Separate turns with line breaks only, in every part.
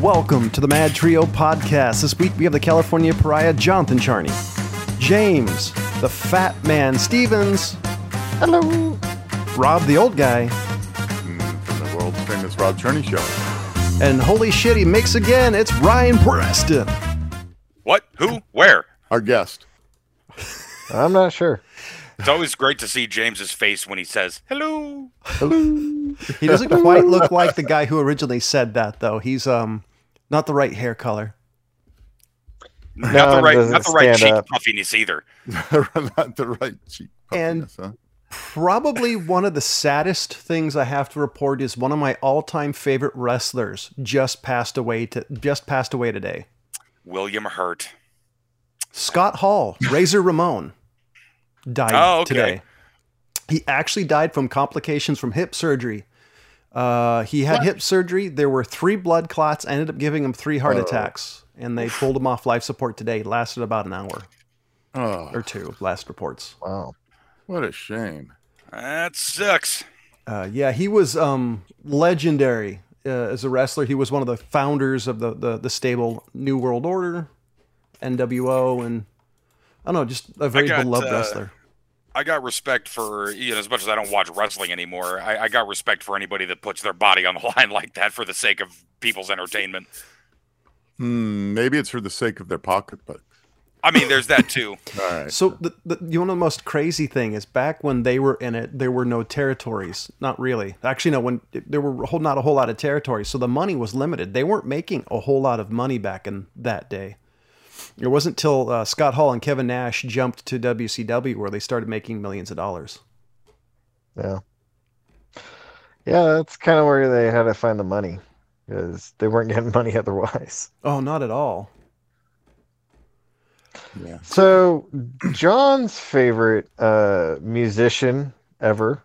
welcome to the Mad Trio podcast. This week we have the California pariah Jonathan Charney, James, the fat man Stevens,
Hello.
Rob the old guy,
from the world famous Rob Cherney show.
and holy shit, he makes again. It's Ryan Preston.
What? Who? Where?
Our guest.
I'm not sure.
It's always great to see James's face when he says hello.
He doesn't quite look like the guy who originally said that, though. He's um not the right hair color.
not
it
the right,
doesn't
not the right
stand
cheek
up.
puffiness either.
Not the right cheek.
And-
puffiness, huh?
Probably one of the saddest things I have to report is one of my all-time favorite wrestlers just passed away to just passed away today.
William Hurt.
Scott Hall, Razor Ramon, died
Oh, okay.
today. He actually died from complications from hip surgery. Uh, he had hip surgery. There were three blood clots. I ended up giving him three heart attacks, and they pulled him off life support today. Lasted about an hour
oh,
or two. Last reports.
Wow.
what a shame.
That sucks.
Uh, yeah, he was um, legendary uh, as a wrestler. He was one of the founders of the, the the stable New World Order, NWO, and I don't know, just a very
got,
beloved
uh,
wrestler.
I got respect for you know as much as I don't watch wrestling anymore. I, I got respect for anybody that puts their body on the line like that for the sake of people's entertainment.
Hmm, maybe it's for the sake of their pocketbook.
I mean, there's that too.
All right.
So the, the you know the most crazy thing is back when they were in it, there were no territories. Not really. Actually, no. When there were a whole, not a whole lot of territories, so the money was limited. They weren't making a whole lot of money back in that day. It wasn't till uh, Scott Hall and Kevin Nash jumped to WCW where they started making millions of dollars.
Yeah. Yeah, that's kind of where they had to find the money because they weren't getting money otherwise.
Oh, not at all.
Yeah.
So, John's favorite uh, musician ever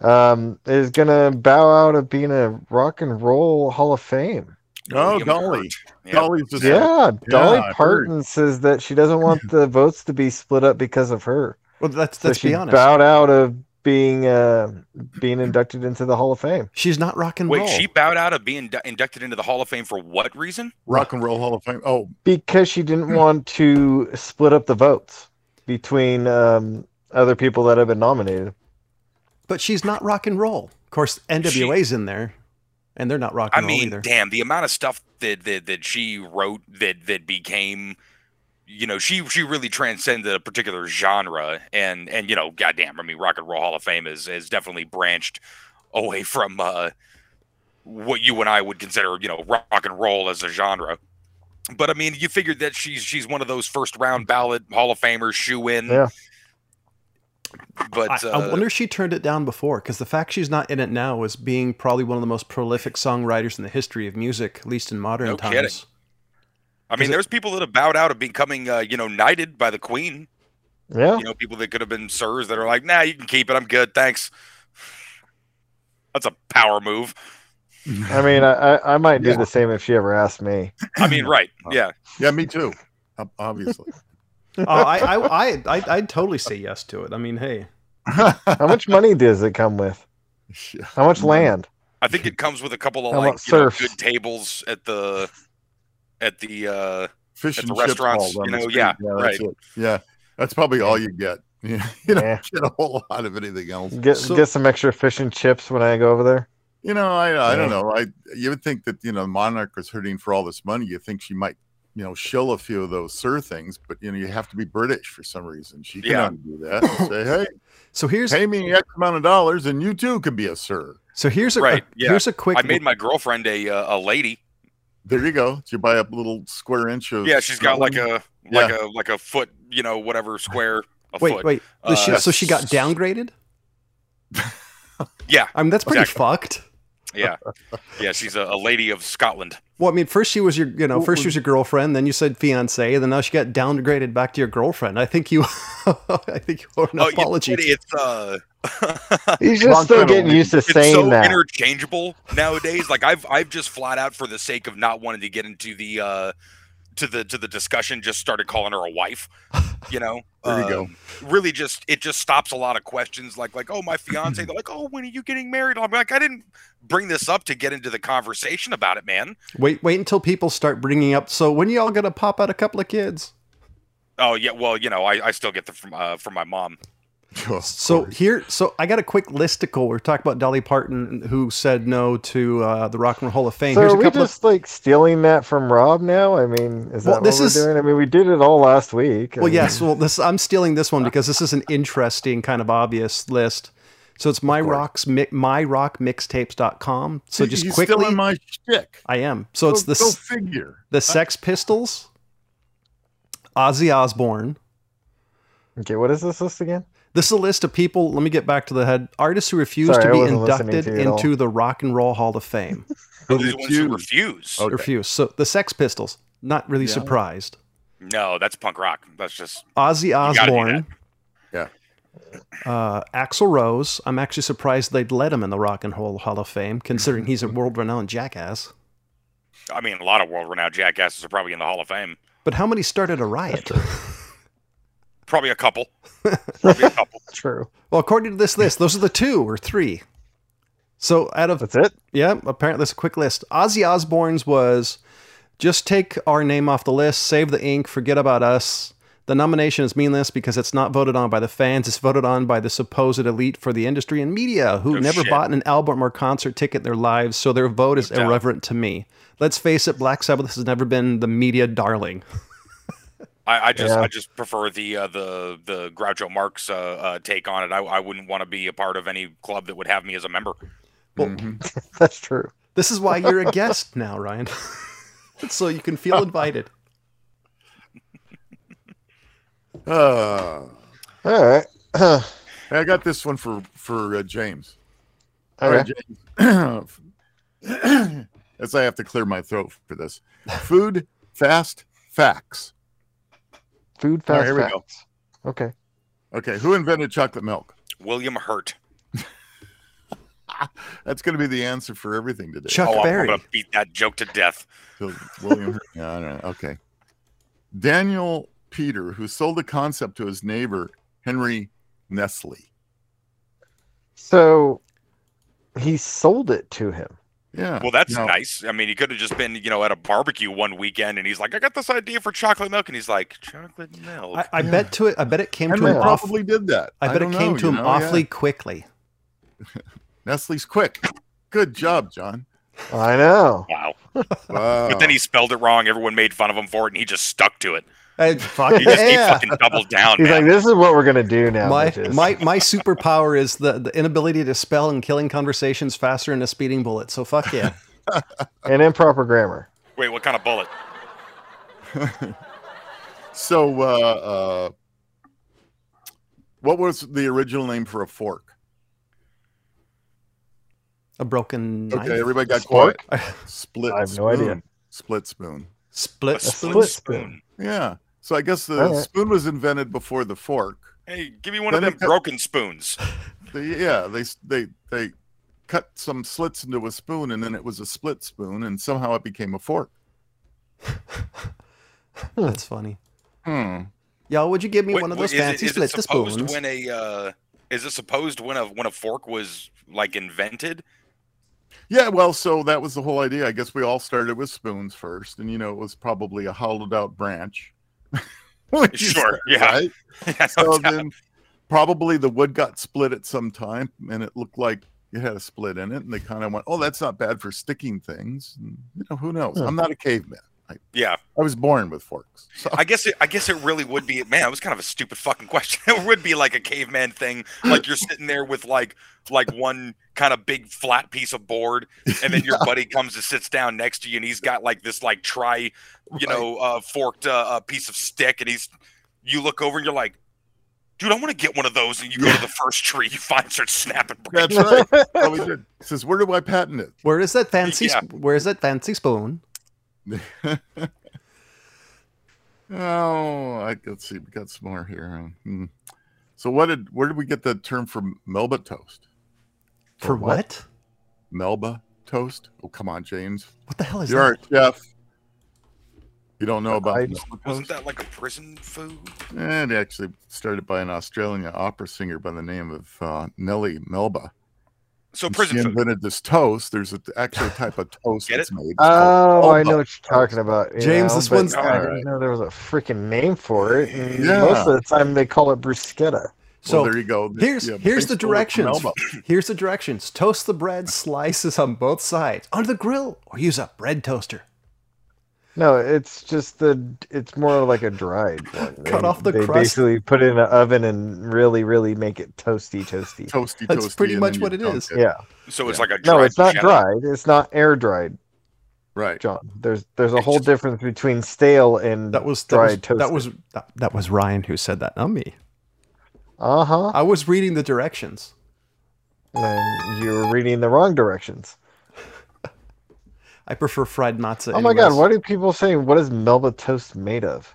um, is going to bow out of being a rock and roll Hall of Fame.
Oh,
William
Dolly.
Hurt. Yep.
Dolly's just
Yeah, Dolly
I heard.
Parton says that she doesn't want the votes to be split up because of her.
Well, that's
So
let's
she
be honest.
bowed out of being uh, being inducted into the Hall of Fame.
She's not rock and
Wait,
roll.
she bowed out of being indu- inducted into the Hall of Fame for what reason?
Rock and Roll Hall of Fame. Oh,
because she didn't
Hmm.
want to split up the votes between um, other people that have been nominated.
but she's not rock and roll. Of course, NWA's in there, and they're not rock
I
and roll
mean,
either.
damn, the amount of stuff that, that that she wrote that that became, you know, she she really transcended a particular genre, and and you know, goddamn, I mean, Rock and Roll Hall of Fame is is definitely branched away from uh, what you and I would consider, you know, rock and roll as a genre. But I mean, you figured that she's she's one of those first round ballot Hall of Famers, shoe in.
Yeah.
But
I,
uh,
I wonder if she turned it down before, because the fact she's not in it now is being probably one of the most prolific songwriters in the history of music, at least in modern
No
times.
kidding. I
is
mean,
it-
there's people that have bowed out of becoming, uh, you know, knighted by the Queen.
Yeah,
you know, people that could have been sirs that are like, nah, you can keep it. I'm good. Thanks. That's a power move.
I mean, I, I, I might do
Yeah.
the same if she ever asked me.
I mean, right. Yeah.
yeah, me too. Ob- Obviously.
Oh, I, I, I, I, I'd totally say yes to it. I mean, hey,
How much money does it come with?
Yeah.
How much land?
I think it comes with a couple of
How
like
about
you know,
surf?
good tables at the at the uh
Fish
At
and
the
chips
restaurants,
balls on
you
the
know,
street.
yeah,
that's
right.
it. Yeah, that's probably all you get. You don't
Yeah.
get a whole lot of anything else.
Get
So-
get some extra fish and chips when I go over there.
You know, I I don't
Yeah.
know. I you would think that you know the monarch was hurting for all this money. You think she might you know shill a few of those sir things, but you know you have to be British for some reason. She can
Yeah.
only do that. and say
so here's,
hey, pay me X amount of dollars, and you too can be a sir.
so here's a,
Right,
a-
yeah.
here's a quick.
I made my girlfriend a uh, a lady.
There you go. Did you buy a little square inch of?
Yeah, she's got like a
Yeah.
like a like a foot, you know, whatever square a
wait,
foot.
wait.
Uh,
she- so she got downgraded.
Yeah.
I mean, that's pretty
Exactly.
fucked.
Yeah. Yeah, she's a, a lady of Scotland.
Well, I mean, first she was your, you know,
Well,
first she
well-
was your girlfriend, then you said fiance, and then now she got downgraded back to your girlfriend. I think you, I think you owe an
Oh, you-
apology.
it- it's uh
He's
Long
just still
time
getting
away.
used to
it's
saying
so
that.
interchangeable nowadays. Like I've I've just flat out for the sake of not wanting to get into the uh to the to the discussion just started calling her a wife. You know,
There you
Um,
go.
Really, just it just stops a lot of questions like like oh my fiance. They're like oh when are you getting married? I'm like I didn't bring this up to get into the conversation about it, man.
Wait, wait until people start bringing up. So when y'all gonna pop out a couple of kids?
Oh yeah, well you know I, I still get them from uh, from my mom.
Of
So
course.
here, so I got a quick listicle. We're talking about Dolly Parton, who said no to uh, the Rock and Roll Hall of Fame.
So
Here's
are
a
we
couple of.
just like stealing that from Rob now? I mean, is that
Well,
what
this
we're
is-
doing? I mean, we did it all last week. I
Well,
mean,
yes. Well, this I'm stealing this one
Uh,
because this is an interesting kind of obvious list. So it's my
course.
rocks mi- myrockmixtapes.com. So just
He's
quickly,
still in my shtick.
I am. So it's
Go-
the
go
s-
figure.
the Sex Pistols, Ozzy Osbourne.
Okay, what is this list again?
This is a list of people. Let me get back to the head. Artists who refused
Sorry, I
to be
wasn't listening
inducted
to you at all.
into the Rock and Roll Hall of Fame.
Who
Those are
did
the ones who
you-
refuse.
Okay.
Refuse. So the Sex Pistols, not really
Yeah.
surprised.
No, that's punk rock. That's just
Ozzy
gotta do
Osbourne.
that.
Uh, Axel Rose. I'm actually surprised they'd let him in the Rock and Roll Hall of Fame, considering he's a world renowned jackass.
I mean a lot of world renowned jackasses are probably in the Hall of Fame.
But how many started a riot?
Probably a couple. Probably a couple.
True.
well, according to this list, those are the two or three. So out of
That's it.
Yeah, apparently it's a quick list. Ozzy Osbourne's was just take our name off the list, save the ink, forget about us. The nomination is meaningless because it's not voted on by the fans. It's voted on by the supposed elite for the industry and media who
Oh,
never
shit.
bought an album or concert ticket in their lives, so their vote is
No doubt.
irreverent to me. Let's face it, Black Sabbath has never been the media darling.
I, I just
Yeah.
I just prefer the uh, the the Groucho Marx uh, uh, take on it. I, I wouldn't want to be a part of any club that would have me as a member.
Well-
Mhm.
That's true.
This is why you're a guest now, Ryan. so you can feel invited.
Ah.
All right. okay.
Hey, I got this one for for uh, James. All right,
All
James. As I have to clear my throat for this. Food, fast, facts.
Food
All right,
fast
here we go.
facts. Okay.
Okay, who invented chocolate milk?
William Hurt.
That's going to be the answer for everything today.
Chuck
oh, I'm- I'm
Berry.
gonna beat that joke to death.
So, William, yeah, I don't know. Okay. Daniel Peter, who sold the concept to his neighbor, Henry Nestle.
So he sold it to him.
Yeah.
Well, that's
Now,
nice. I mean, he could have just been you know at a barbecue one weekend, and he's like, I got this idea for chocolate milk, and he's like, chocolate milk.
I, I bet to it. I bet it came to
Henry
him off.
probably did that.
I bet it
don't
came
know,
to
you
him
know,
awfully
yeah.
quickly.
Nestle's quick. Good job, John.
I know.
wow.
Wow.
But then he spelled it wrong. Everyone made fun of him for it, and he just stuck to it.
And
He just he
yeah.
fucking doubled down.
He's like,
Man.
this is what we're gonna do now.
my,
bitches."
my my superpower is the, the inability to spell and killing conversations faster than a speeding bullet. So fuck yeah.
and improper grammar.
Wait, what kind of bullet?
So, uh, uh, what was the original name for a fork?
A broken knife.
Okay, everybody got
Spork?
quiet. Split.
I have no
spoon.
idea.
Split spoon.
A
Split.
split,
split
spoon.
spoon.
Yeah. So I guess the
All right.
spoon was invented before the fork.
Hey, give me one
Then
of
they
them
cut-
broken spoons.
They, yeah, they they they cut some slits into a spoon, and then it was a split spoon, and somehow it became a fork.
That's funny.
Hmm.
Y'all, would you give me
Wait,
one of
wait,
those
is it-
fancy
is it
split the
supposed
spoons?
When a uh, is it supposed when a when a fork was like invented?
Yeah. Well, so that was the whole idea. I guess we all started with spoons first, and you know it was probably a hollowed out branch. Which is-
Sure, yeah.
Right?
Yeah, no
so
doubt.
then probably the wood got split at some time and it looked like it had a split in it and they kind of went oh that's not bad for sticking things and, you know who knows
Huh.
i'm not a caveman
yeah.
i was born with forks so
I guess it, I guess it really would be. Man, it was kind of a stupid fucking question. It would be like a caveman thing. Like you're sitting there with like like one kind of big flat piece of board, and then your buddy comes and sits down next to you, and he's got like this like try, you know, uh, forked uh, uh, piece of stick, and he's you look over and you're like. Dude, I want to get one of those, and you go to the first tree you find, start snapping branches.
that's right Oh, we did. says where do i patent it
Where is that fancy?
Yeah.
sp- Where is that fancy spoon?
oh I, let's see we got some more here Hmm. so what did where did we get the term for melba toast
For,
For
what?
what?
what?
melba toast oh come on james
the hell is
You're
that?
a chef. you don't know about
I-
this, look
Wasn't that like a prison food?
And actually started by an Australian opera singer by the name of uh, Nellie Melba.
So
And
Oh, prison
she
food.
invented this toast. There's a, actually a type of toast
Get
that's made. It's
Uh,
called
Oh, I
Melba.
know what you're talking about. you
James,
know,
this
but
one's-
I
Alright.
didn't know there was a freaking name for it. and
Yeah.
Most of the time, they call it bruschetta.
So
well, there you go.
here's- here's the
baseball with
directions.
Melba.
here's the directions: toast the bread slices on both sides on the grill, or use a bread toaster.
No, it's just the. It's more like a dried one.
Cut
They-
off the
they
crust.
basically put it in an oven and really, really make it toasty, toasty.
Toasty,
That's
toasty,
pretty
and
much
then
what
you
it
dunk
is.
Yeah.
So it's
Yeah.
like a
No,
dried
it's not
bruschetta.
dried. It's not air dried,
Right.
John. There's there's a
It's
whole
just-
difference between stale and
That was that
dried
was,
toast.
that was that, that was Ryan who said that, not me.
uh huh.
I was reading the directions.
And you were reading the wrong directions.
I prefer fried matzah.
Oh my god,
anyways.
why do people say what is Melba toast made of?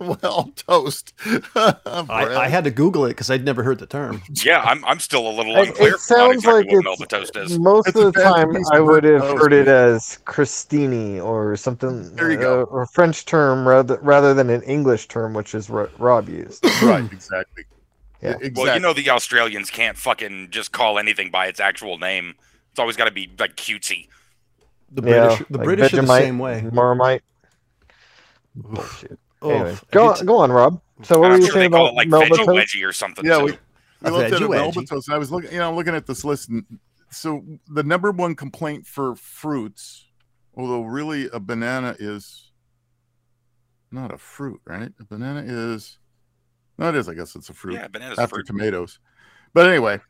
well, toast.
I, I had to Google it because I'd never heard the term.
Yeah, I'm, I'm still a little
It-
unclear
it
on
sounds
exactly
like
what
it's-
Melba toast is.
Most
It's
of
a
the
bad
time,
piece
I
of
would have
toast.
heard it as crostini or something,
There you
uh,
go.
or French term rather rather than an English term, which is what Rob used.
right, exactly. E,
Yeah.
Exactly.
Well, you know the Australians can't fucking just call anything by its actual name. It's always got to be like cutesy.
The
Yeah,
British, the
like
British are the
Vegemite,
same way.
Marmite. Bullshit.
Oh,
Mm-hmm. Anyway, go on, go on, Rob. So what
I'm
were you
sure
saying
they call
about
it like
Melba
veggie
toast?
wedgie or something.
Yeah,
too.
we- We
I've
looked
had
at
you,
a Melba
Angie.
toast. And I was looking, you know, I'm looking at this list. And so the number one complaint for fruits, although really a banana is not a fruit, right? A banana is, no, it is. I guess it's a fruit
yeah, bananas are
after
fruit.
tomatoes. But anyway,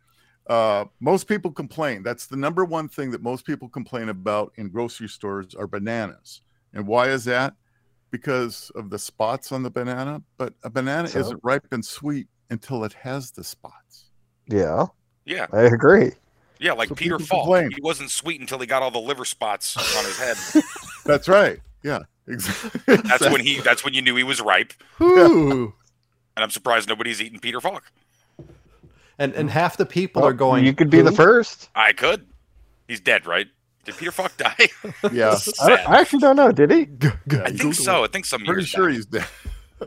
uh, most people complain. That's the number one thing that most people complain about in grocery stores are bananas. And why is that? Because of the spots on the banana. But a banana
So?
isn't ripe and sweet until it has the spots.
Yeah,
Yeah,
I agree.
yeah, like
So
Peter
people
Falk.
complain.
He wasn't sweet until he got all the liver spots on his head.
That's right. Yeah. Exactly.
That's when he. That's when you knew he was ripe.
Ooh.
And I'm surprised nobody's eating Peter Falk.
and and half the people
Mm-hmm. Well,
are going.
You could be the
"Who?"
first.
I could. He's dead, right? Did Peter Falk die?
Yeah.
I, don't- I actually don't know. Did he?
yeah,
I think
Google
so. I think some
it. Pretty
years.
sure
back.
he's dead.
I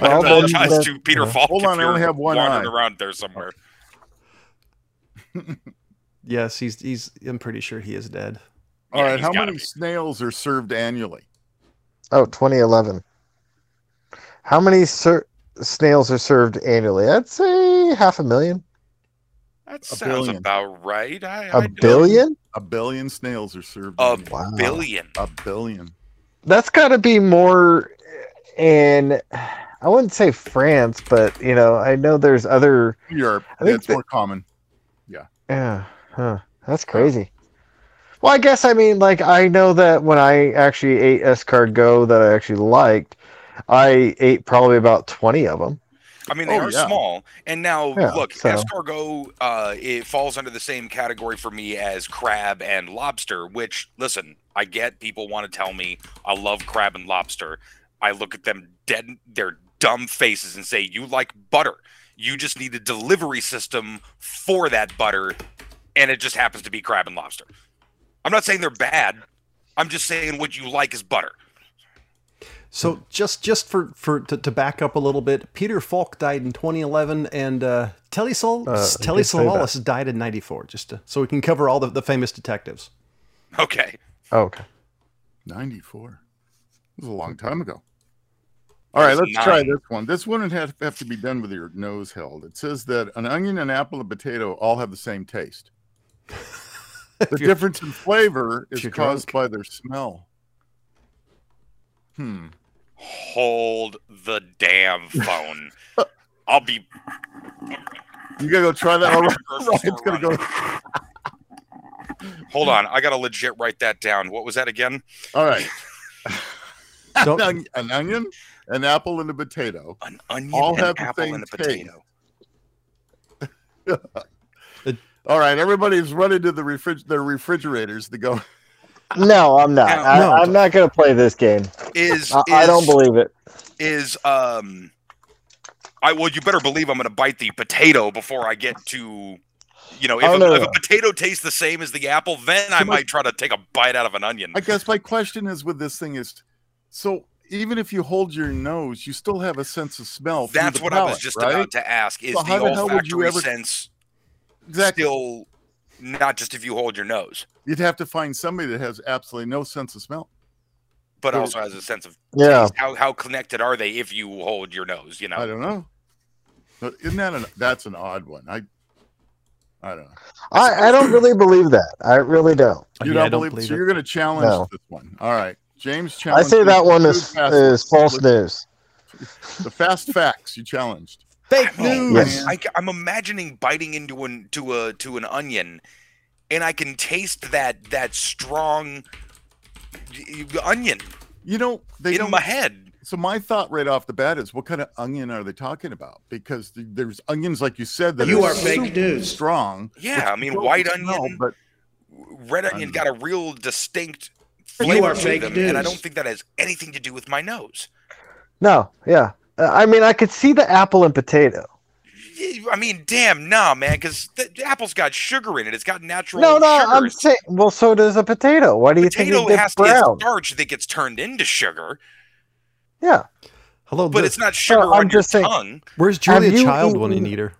Well, then
apologize
that's-
to Peter
yeah.
Falk.
Hold
if
on, I only
you're
have one
wandering
eye.
around there somewhere.
Yes, he's he's. I'm pretty sure he is dead.
All
Yeah,
right.
he's
How
gotta
many
be.
snails are served annually?
Oh, 2011. How many ser- snails are served annually? I'd say half a million.
That
A
sounds
billion.
about right. I,
A
I don't-
billion?
A billion snails are served.
A
annually.
Wow.
billion.
a billion.
That's got to be more in, I wouldn't say France, but, you know, I know there's other.
Europe.
I think
That's
that-
more common.
Yeah, huh. That's crazy. Well, I guess I mean, like, I know that when I actually ate Escargot that I actually liked, I ate probably about 20 of them.
I mean, they
Oh,
are
yeah.
small. And now,
Yeah,
look,
so-
escargot, uh, it falls under the same category for me as crab and lobster, which, listen, I get people want to tell me I love crab and lobster. I look at them dead, their dumb faces, and say, You like butter. You just need a delivery system for that butter. And it just happens to be crab and lobster. I'm not saying they're bad. I'm just saying what you like is butter.
Hmm.
So just just for for to, to back up a little bit, Peter Falk died in 2011, and uh, Telly Sol
Uh, you
Telly
did say that.
Savalas died in '94. Just to, so we can cover all the, the famous detectives.
Okay.
Oh, Okay.
94. It was a long time ago. All right, let's try
Nine.
this one. This one would have, have to be done with your nose held. It says that an onion, an apple, and potato all have the same taste. The
you're-
difference in flavor is
you're
caused by their smell. Hmm.
Hold the damn phone. I'll be.
You gotta go try that. All right, Ryan's gonna go.
Hold on, I gotta legit write that down. What was that again?
All right.
Don't-
an, on- an onion, an apple, and a potato.
An onion,
All
an
have the
apple,
same
and a
taste.
potato.
All right, everybody's running to the refrig- their refrigerators to go.
No, I'm not. I,
No.
I'm not going to play this game.
Is,
I, I
is-
don't believe it.
is um. I well, you better believe I'm gonna bite the potato before I get to you know,
I
if
don't
a,
know.
if a potato tastes the same as the apple, then I
So my-
might try to take a bite out of an onion.
I guess my question is with this thing is so even if you hold your nose, you still have a sense of smell. through
That's
the
what I was
palate,
just
right?
about to ask. Is
So
the
how the hell would you
olfactory
ever-
sense
Exactly.
still not just if you hold your nose,
You'd have to find somebody that has absolutely no sense of smell.
but
There-
also has a sense of
Yeah.
how how connected are they if you hold your nose? You
I
know,
don't know. But isn't that an that's an odd one? I I don't know.
I, I don't really believe that. I really don't.
You
Yeah,
don't
I don't
believe, it.
believe
So
it.
you're gonna challenge
No.
this one. All right. James
I
challenged.
say
you
that
for
one
two
is
fast-
is false news.
The fast facts you challenged.
Fake
I
news.
don't know.
Yes.
I, am imagining biting into an to a to an onion, and I can taste that that strong y- y- onion
You know, they
in
don't
my head.
So my thought right off the bat is, what kind of onion are they talking about? Because th- there's onions like you said that
You are
super
fake news.
strong.
Yeah,
which
I mean,
you don't
white
smell,
onion-
but
Red onion
Onion.
got a real distinct
You
flavor
are
to
fake
them, and I
news.
don't think that has anything to do with my nose.
No, yeah. Uh, I mean, I could see the apple and potato.
Y- I mean, damn, nah, man, because the the apple's got sugar in it. It's got natural
No, no, I'm
sugars.
saying. Well, so does a potato. Why do you
Potato
think it
has
gets
to get
brown?
starch that gets turned into sugar,
Yeah.
Hello,
but
Liz.
it's not sugar
I'm
on your
just saying-
tongue.
Where's Julia
you
Child when you
eaten-
need her?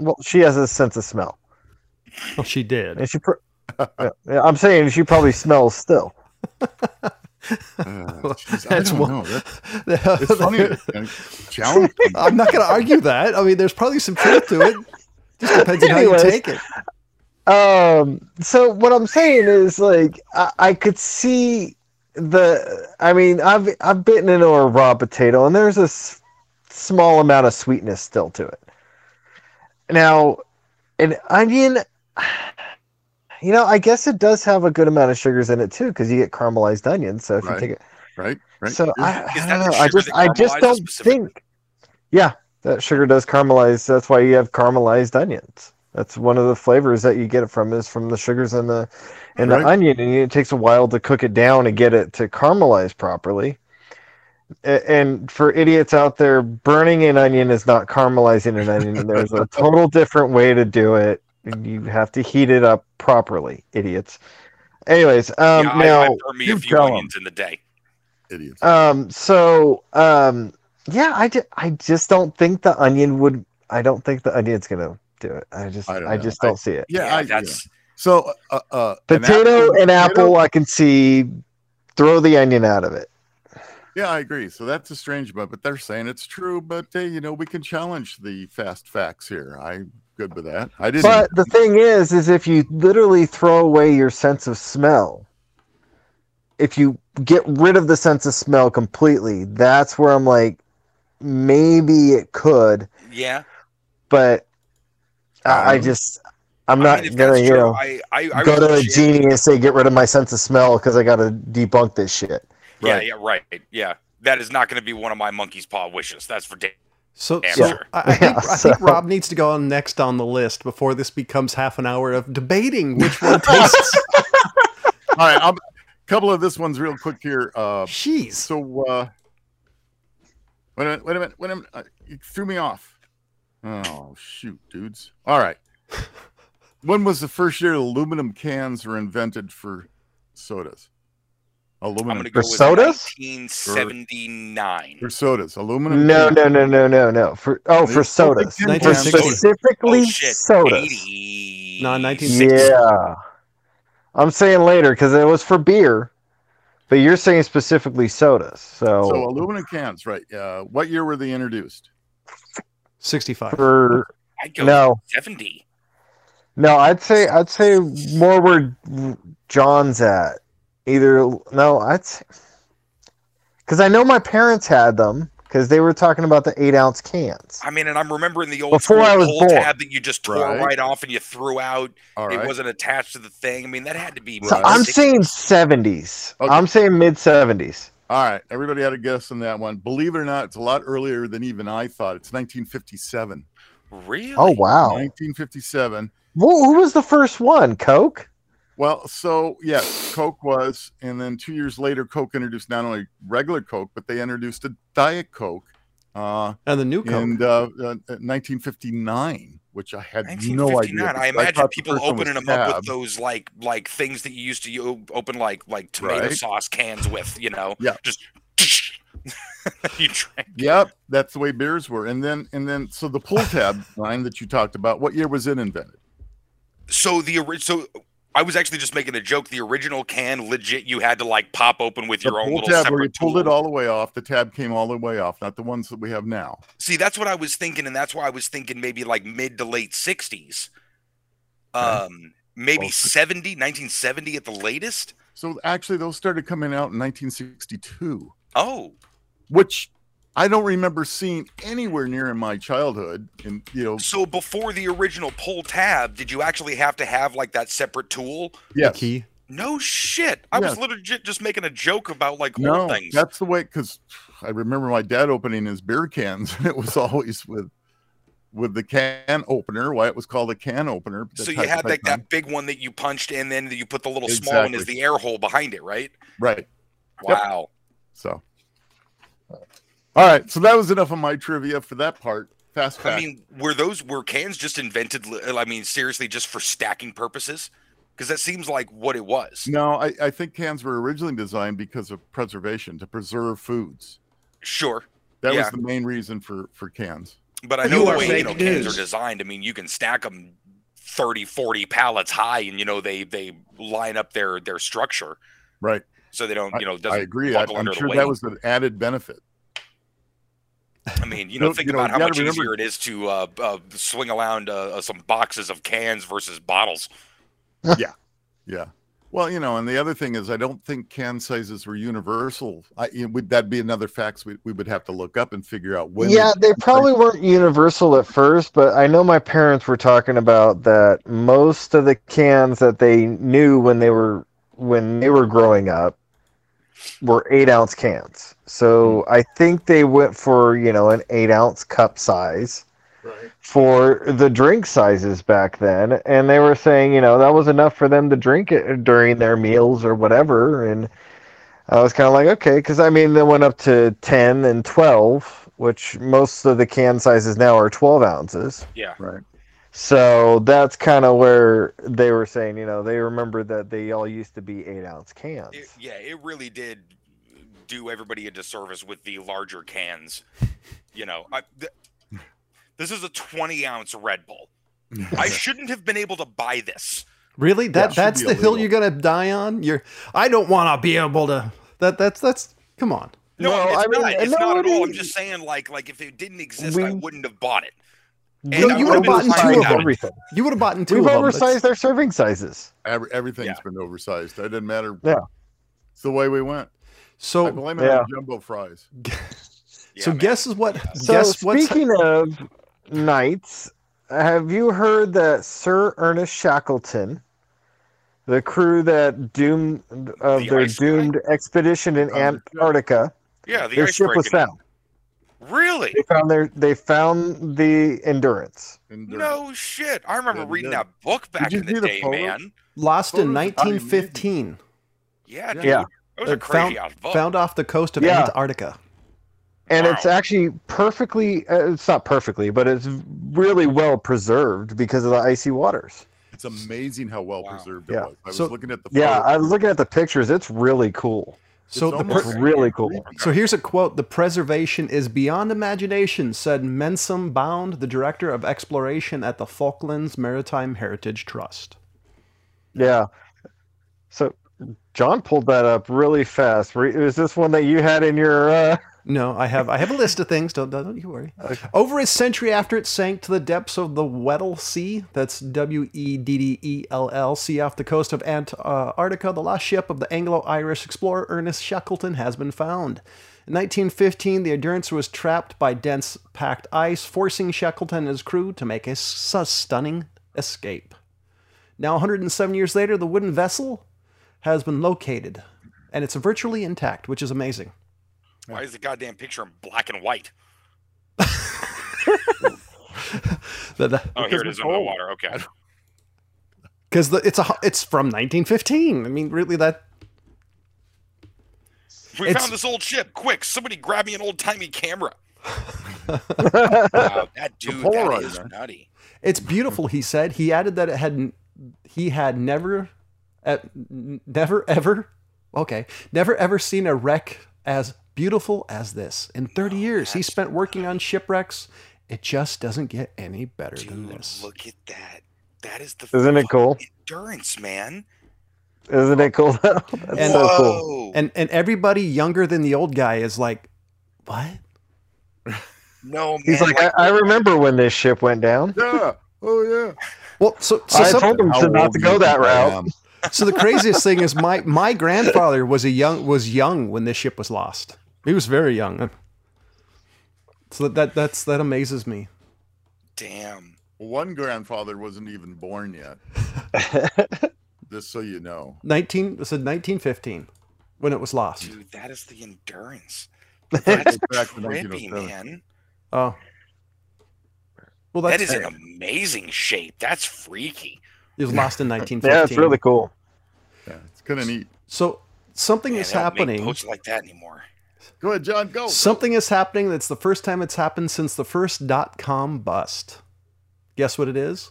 Well, she has a sense of smell,
Oh, she did.
and she. Pr- yeah, yeah, I'm saying she probably smells still.
uh, geez, I
That's
don't
one-
know. That- it's funny. that, uh, challenge.
I'm not going to argue that. I mean, there's probably some truth to it. Just depends on how you
Anyways.
take it.
Um. So what I'm saying is, like, I, I could see the. I mean, I've I've bitten into a raw potato, and there's a s- small amount of sweetness still to it. Now, an onion. You know, I guess it does have a good amount of sugars in it too, because you get caramelized onions. So if
Right,
you take it,
right? Right.
so
Here's-
I,
is
I
that
don't
the
know. I
sugar
just
that
I just
caramelizes
don't
specifically?
think. Yeah, that sugar does caramelize. That's why you have caramelized onions. That's one of the flavors that you get it from is from the sugars in the in
Right.
the onion, and it takes a while to cook it down and get it to caramelize properly. A- And for idiots out there, burning an onion is not caramelizing an onion. There's a total different way to do it. and You have to heat it up properly, idiots. Anyways, um,
yeah,
now
I, I burn me a
you
few
tell 'em.
onions in the day.
idiots.
um so um yeah i just i just don't think the onion would i don't think the onion's gonna do it i just
I don't
i,
know.
just
I-
don't see it
yeah, I, yeah.
that's
So uh, uh, an
potato and
potato-
apple i can see throw the onion out of it
Yeah, I agree. So that's a strange one, but they're saying it's true. But hey, you know, we can challenge the fast facts here. I'm good with that. I didn't.
but the thing is is if you literally throw away your sense of smell if you get rid of the sense of smell completely that's where i'm like maybe it could
yeah.
but i, I
Um,
just i'm
I
not
mean, if
gonna
that's
you
true,
know
I, I, I
go
would
to a
appreciate-
genie and say, "Get rid of my sense of smell" because I got to debunk this shit.
Yeah,
Right.
yeah, right. Yeah, that is not going to be one of my monkey's paw wishes. That's for damn.
So,
Yeah.
so
Yeah.
I, I think, I
So-
think Rob needs to go on next on the list before this becomes half an hour of debating which one tastes.
All right, I'm, a couple of this ones real quick here. Uh,
Jeez.
so uh, wait a minute, wait a minute, wait a minute. Uh, you threw me off. Oh shoot, dudes. All right. When was the first year aluminum cans were invented for sodas?
I'm
Aluminum
going to go
For
with
sodas?
1979.
for sodas. Aluminum.
No,
cans.
no, no, no, no, no. For oh, for
Well,
sodas,
they
can
for
have sodas.
specifically
Oh shit,
sodas.
80.
No, 1960.
Yeah, I'm saying later because it was for beer, but you're saying specifically sodas. So,
So aluminum cans, right? Uh, what year were they introduced?
65.
for
I go
no,
70.
no, I'd say I'd say more where John's at. Either no, I'd say because I know my parents had them because they were talking about the eight ounce cans.
I mean, and I'm remembering the old
Before
school
I was
pull
born.
tab that you just tore
Right.
right. off and you threw out.
All
It
right.
wasn't attached to the thing. I mean, that had to be.
So
Right.
I'm
60s.
saying 70s.
Okay.
I'm saying mid 70s.
All right. Everybody had a guess on that one. Believe it or not, it's a lot earlier than even I thought. It's 1957.
really.
Oh wow.
1957.
Who, who was the first one? Coke.
Well, so yes, Coke was, and then two years later, Coke introduced not only regular Coke, but they introduced a Diet Coke uh,
And the new Coke.
in uh, uh, 1959. which I had no idea.
1959. I
because
imagine
thought the
people
first one was
opening them up
tab.
with those like like things that you used to u- open like like tomato
Right.
sauce cans with. You know,
Yeah.
just you drank.
Yep, that's the way beers were. And then and then so the pull tab line that you talked about, what year was it invented?
So the ori- so I was actually just making a joke. The original can, legit, you had to like pop open with
The
your own
pull
little
tab
separate
where you pulled it
tool.
all the way off. The tab came all the way off, not the ones that we have now.
See, that's what I was thinking, and that's why I was thinking maybe like mid to late '60s,
Okay.
um, maybe
Well,
70, 1970 at the latest.
So actually, those started coming out in 1962,
Oh,
which I don't remember seeing anywhere near in my childhood. And you know,
so before the original pull tab, did you actually have to have like that separate tool?
The
yes,
key.
No shit. I was legit just making a joke about like
no,
old things.
that's the way. Because I remember my dad opening his beer cans, and it was always with with the can opener. Why it was called a can opener? the
So you
type-
had
type
like
thing.
that big one that you punched, and then you put the little small one as
Exactly.
the air hole behind it, right?
right? Yep.
Wow.
So, all right. So that was enough of my trivia for that part. Fast fact.
I mean, were those were cans just invented? li- I mean, seriously, just for stacking purposes? Because that seems like what it was.
no, I, I think cans were originally designed because of preservation to preserve foods.
Sure,
That
Yeah.
was the main reason for for cans.
but I
You
know the
are
way you
fake
know cans
news.
are designed. I mean, you can stack them 30, 40 pallets high, and you know they they line up their their structure
Right.
so they don't you know
I
doesn't.
agree. I,
buckle
am
under the
sure that
weight.
was an added benefit.
I mean, you know,
No,
think
you know,
about
you
how
gotta
much
remember-
easier it is to uh, uh, swing around uh, uh, some boxes of cans versus bottles.
Yeah. Well, you know, and the other thing is, I don't think can sizes were universal. I you know, would that be another facts we, we would have to look up and figure out when.
yeah, they probably weren't universal at first, but I know my parents were talking about that most of the cans that they knew when they were when they were growing up were eight ounce cans. So
Hmm.
I think they went for, you know, an eight ounce cup size
Right.
for the drink sizes back then. And they were saying, you know, that was enough for them to drink it during their meals or whatever. And I was kind of like, okay, because I mean, they went up to 10 and 12, which most of the can sizes now are 12 ounces.
Yeah.
Right.
So that's kind of where they were saying, you know, they remember that they all used to be eight ounce cans.
It, yeah, it really did do everybody a disservice with the larger cans. You know, I, th- this is a 20 ounce Red Bull. I shouldn't have been able to buy this.
Really?
Yeah,
That
it should
that's
be
the hill
illegal.
you're gonna die on. You're. I don't want to be able to. That that's that's. Come on.
No,
Well,
it's
I mean,
not. It's
no,
not at
it
all. I'm
is-
just saying, like, like if it didn't exist, I
We-
wouldn't have bought it.
We-
And
I would've
you would have
been
bought
fine
two of
with
everything.
You would have bought two
We've
of them. That's-
oversized their serving sizes.
Every, everything's
Yeah.
been oversized. It didn't matter.
Yeah. Oh,
It's the way we went. I
So
blame it
Yeah.
on jumbo fries.
Yeah,
so
man.
guess is what?
Yeah.
So
guess what's
speaking of knights, have you heard that Sir Ernest Shackleton, the crew that doomed of
The
their
ice guy?
doomed expedition in
Oh, the ship.
Antarctica,
yeah, the
their
ice
ship was found.
Really?
They found their they found the Endurance.
And they're-
No shit. I remember
Yeah, they
reading
did.
that book back
you
in the
see the
day,
photos?
man.
lost
Photos
in
of the Iron Maiden.
1915?
Yeah,
Yeah.
dude.
Yeah.
That was a
They're found-
crazy ass book.
Found off the coast of
Yeah.
Antarctica.
And it's
Wow.
actually perfectly uh, it's not perfectly, but it's really well preserved because of the icy waters.
It's amazing how well
Wow.
preserved it
Yeah.
was. I
So-
was looking at the
Yeah,
photo.
I was looking at the pictures. It's really cool.
So the
It's almost
per-
really cool.
creepy.
So here's a quote The preservation is beyond imagination, said Mensum Bound, the director of exploration at the Falklands Maritime Heritage Trust.
Yeah. So John pulled that up really fast. Re- Is this one that you had in your? Uh...
No, I have I have a list of things. Don't don't, don't you worry.
Okay.
Over a century after it sank to the depths of the Weddell Sea, that's W E D D E L L Sea off the coast of Antarctica, the last ship of the Anglo-Irish explorer Ernest Shackleton has been found. In 1915, the Endurance was trapped by dense packed ice, forcing Shackleton and his crew to make a s- stunning escape. Now, 107 years later, the wooden vessel has been located, and it's virtually intact, which is amazing.
Why is the goddamn picture in black and white?
The- the-
Oh, here it is under the water. Okay.
because it's a it's from 1915. I mean, really, that
We
It's-
found this old ship. Quick, somebody grab me an old timey camera. Wow, that dude that
Polaroid,
is
man.
nutty.
It's beautiful, he said. He added that it had n- he had never at, n- never ever okay, never ever seen a wreck as beautiful as this. In 30 years, he
Oh, that's
spent working on shipwrecks. It just doesn't get any better than
Dude,
this.
look at that. That is the
Isn't it
fucking
cool?
endurance, man.
Isn't it cool though? That's
And-
so cool.
Whoa.
And and everybody younger than the old guy is like, "What?"
no, man.
He's like, I, I remember when this ship went down.
Yeah. Oh yeah.
Well, so so,
I
some-
told him
How
to not
old
to
do
go
you
that
think I
route.
am?
so the craziest thing is my my grandfather was a young was young when this ship was lost. He was very young. So that that's that amazes me.
"Ah."
damn.
One grandfather wasn't even born yet. Just so you know.
19 it said 1915 when it was lost
Dude, that is the endurance.
It
That's
goes back to
trippy,
1907.
man.
oh well
That
that's,
is in amazing shape. That's freaky.
it was lost in 1915
Yeah, it's really cool.
Yeah, it's kind of neat.
so something
Man,
is
they don't make
happening
boats like that anymore.
Go ahead, John. Go.
something is happening that's the first time it's happened since the first dot-com bust guess what it is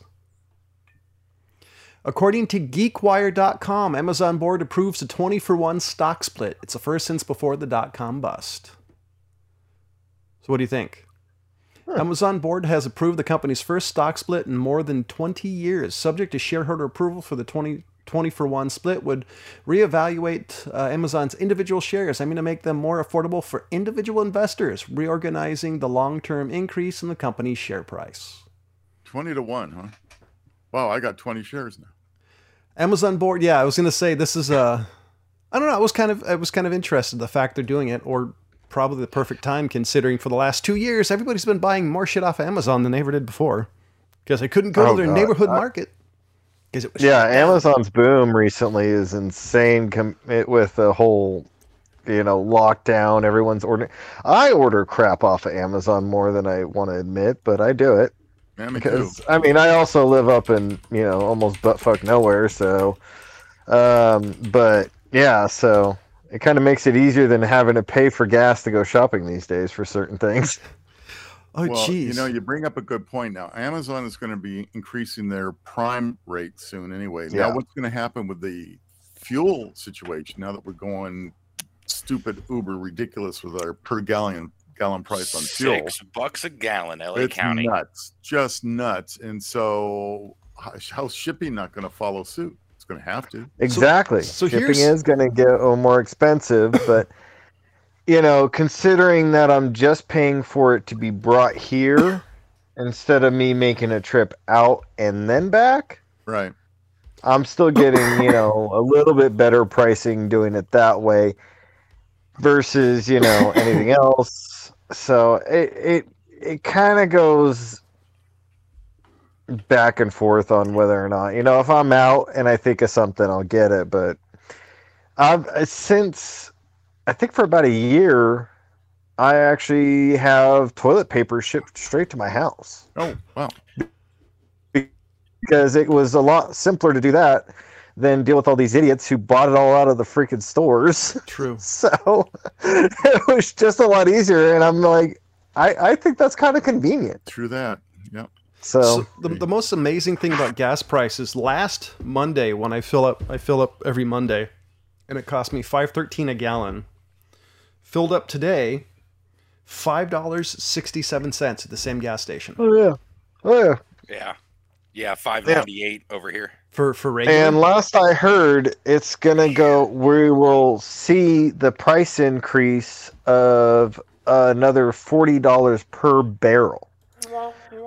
According to GeekWire.com, Amazon board approves a 20 for 1 stock split. It's the first since before the dot com bust. So, what do you think?
Huh.
Amazon board has approved the company's first stock split in more than 20 years. Subject to shareholder approval for the 20, 20 for 1 split would reevaluate uh, Amazon's individual shares, aiming to make them more affordable for individual investors, reorganizing the long term increase in the company's share price.
Twenty to one, huh? Wow, I got twenty shares now.
Amazon board. Yeah, I was gonna say this is uh I don't know. I was kind of I was kind of interested in the fact they're doing it, or probably the perfect time considering for the last two years everybody's been buying more shit off Amazon than they ever did before because they couldn't go
Oh,
to their
God.
neighborhood
I-
market because it was
Yeah,
shut down.
Amazon's boom recently is insane. Com- it- with the whole, you know, lockdown, everyone's ordering. I order crap off of Amazon more than I want to admit, but I do it
Yeah, me too.
because I mean, I also live up in you know almost buttfuck nowhere, so. Um, but yeah, so it kind of makes it easier than having to pay for gas to go shopping these days for certain things.
Oh jeez.
well, you know, you bring up a good point now. Amazon is going to be increasing their prime rate soon anyway.
Yeah.
Now, what's going to happen with the fuel situation now that we're going stupid, uber ridiculous with our per gallon gallon price on fuel?
Six bucks a gallon, LA
it's
County.
nuts, just nuts. And so, h- how's shipping not going to follow suit? It's going to have to.
Exactly.
so
Shipping
here's-
is going to get oh, more expensive, but you know, considering that I'm just paying for it to be brought here instead of me making a trip out and then back,
Right.
I'm still getting, you know, a little bit better pricing doing it that way versus, you know, anything else. So it it it kind of goes back and forth on whether or not, you know, if I'm out and I think of something, I'll get it, but I've uh, since I think for about a year I actually have toilet paper shipped straight to my house
Oh, wow.
because it was a lot simpler to do that than deal with all these idiots who bought it all out of the freaking stores.
True.
So it was just a lot easier, and I'm like, I, I think that's kind of convenient.
True that. Yep.
So,
So the, the most amazing thing about gas prices last Monday when I fill up I fill up every Monday and it cost me 513 a gallon filled up today $5.67 at the same gas station
oh yeah, oh yeah.
Yeah. Yeah, five ninety eight over here.
for for regular
And last I heard, it's gonna go. We will see the price increase of another forty dollars per barrel,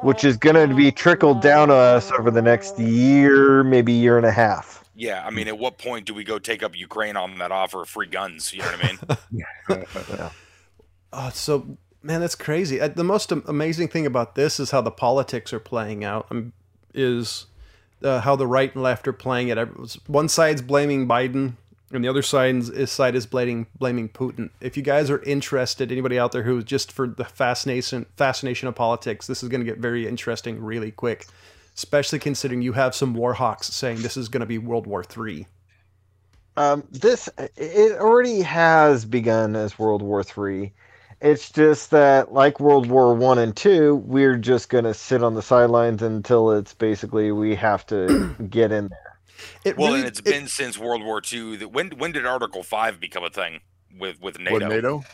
which is gonna be trickled down to us over the next year, maybe year and a half.
Yeah, I mean, at what point do we go take up Ukraine on that offer of free guns? You know what I mean?
Oh, so man, that's crazy. Uh, The most am- amazing thing about this is how the politics are playing out. Um, is uh, how the right and left are playing it. Every- One side's blaming Biden, and the other side's is side is blaming blaming Putin. If you guys are interested, anybody out there who's just for the fascination fascination of politics, this is going to get very interesting really quick. Especially considering you have some war hawks saying this is going to be World War Three.
Um, this it already has begun as World War Three, It's just that, like World War One and Two, we're just gonna sit on the sidelines until it's basically we have to get in there.
It
well,
really-
and it's
it-
been since World War II. That when when did Article Five become a thing with with NATO?
What, NATO?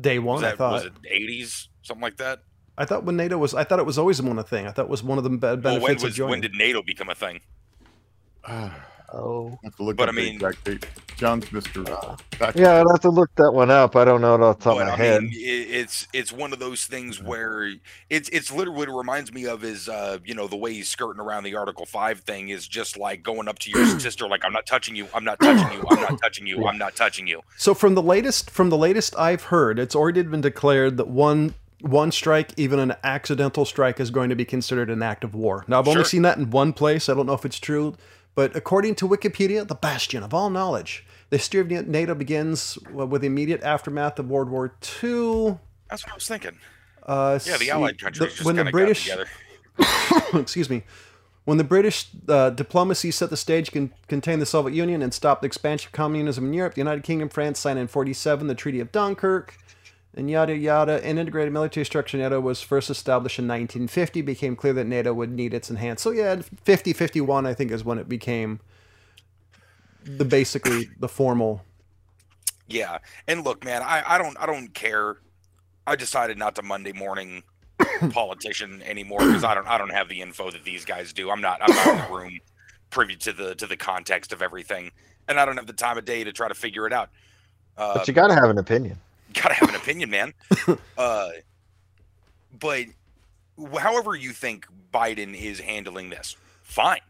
day one.
Was
I
that
thought
was it eighties something like that?
I thought when NATO was I thought it was always one a thing. I thought it was one of the be- benefits
Well, Oh, when
of
was
joining.
when did NATO become a thing?
Ah,
Oh.
I have to look
But
up
I
the
mean- uh,
exact date. John's Mister.
Yeah, I'd have to look that one up. I don't know it off the top of
But,
my
I
head.
mean, i- it's it's one of those things where it's it's literally what it reminds me of is uh you know the way he's skirting around the Article Five thing is just like going up to your sister like I'm not touching you, I'm not touching you, I'm not touching you, I'm not touching you.
So from the latest from the latest I've heard, it's already been declared that one one strike, even an accidental strike, is going to be considered an act of war. Now I've only
Sure.
seen that in one place. I don't know if it's true, but according to Wikipedia, the bastion of all knowledge, the history of NATO begins uh, with the immediate aftermath of World War II.
That's what I was thinking.
Uh,
Yeah, the
see,
Allied
the-
countries just
when
kind
the
of
British
got together.
excuse me, when the British uh, diplomacy set the stage to contain the Soviet Union and stop the expansion of communism in Europe, the United Kingdom, France signed in 47 the Treaty of Dunkirk, and yada yada. An integrated military structure in NATO was first established in 1950. Became clear that NATO would need its enhanced. So yeah, 50 51 I think is when it became the basically the formal.
Yeah, and look, man, I, I don't I don't care. I decided not to Monday morning politician anymore because I don't I don't have the info that these guys do. I'm not I'm not in the room privy to the to the context of everything, and I don't have the time of day to try to figure it out. Uh,
But you gotta have an opinion.
gotta have an opinion, man. uh, but wh- however you think Biden is handling this, fine.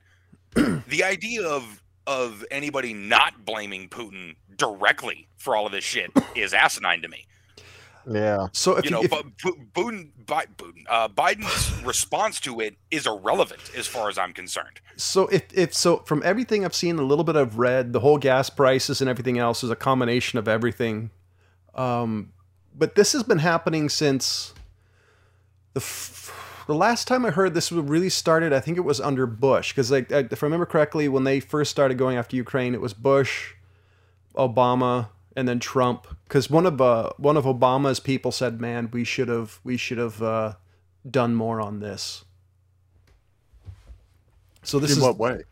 the idea of of anybody not blaming Putin directly for all of this shit is asinine to me.
Yeah.
So if
You
you,
know,
if-
but Pu- Putin, Bi- Putin, uh, Biden's response to it is irrelevant as far as I'm concerned.
So if, if so, from everything I've seen, a little bit I've read, the whole gas prices and everything else is a combination of everything. Um, but this has been happening since the f- the last time I heard this was really started. I think it was under Bush because, like, I- if I remember correctly, when they first started going after Ukraine, it was Bush, Obama, and then Trump. Because one of uh, one of Obama's people said, "Man, we should have we should have uh, done more on this." So this
in
is
what way?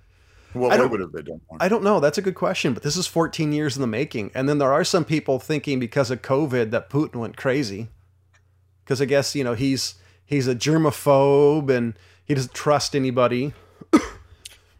I
What way
don't-
would have they done? more?
I don't know. That's a good question, but this is 14 years in the making. And then there are some people thinking because of COVID that Putin went crazy. Because I guess you know he's he's a germaphobe and he doesn't trust anybody.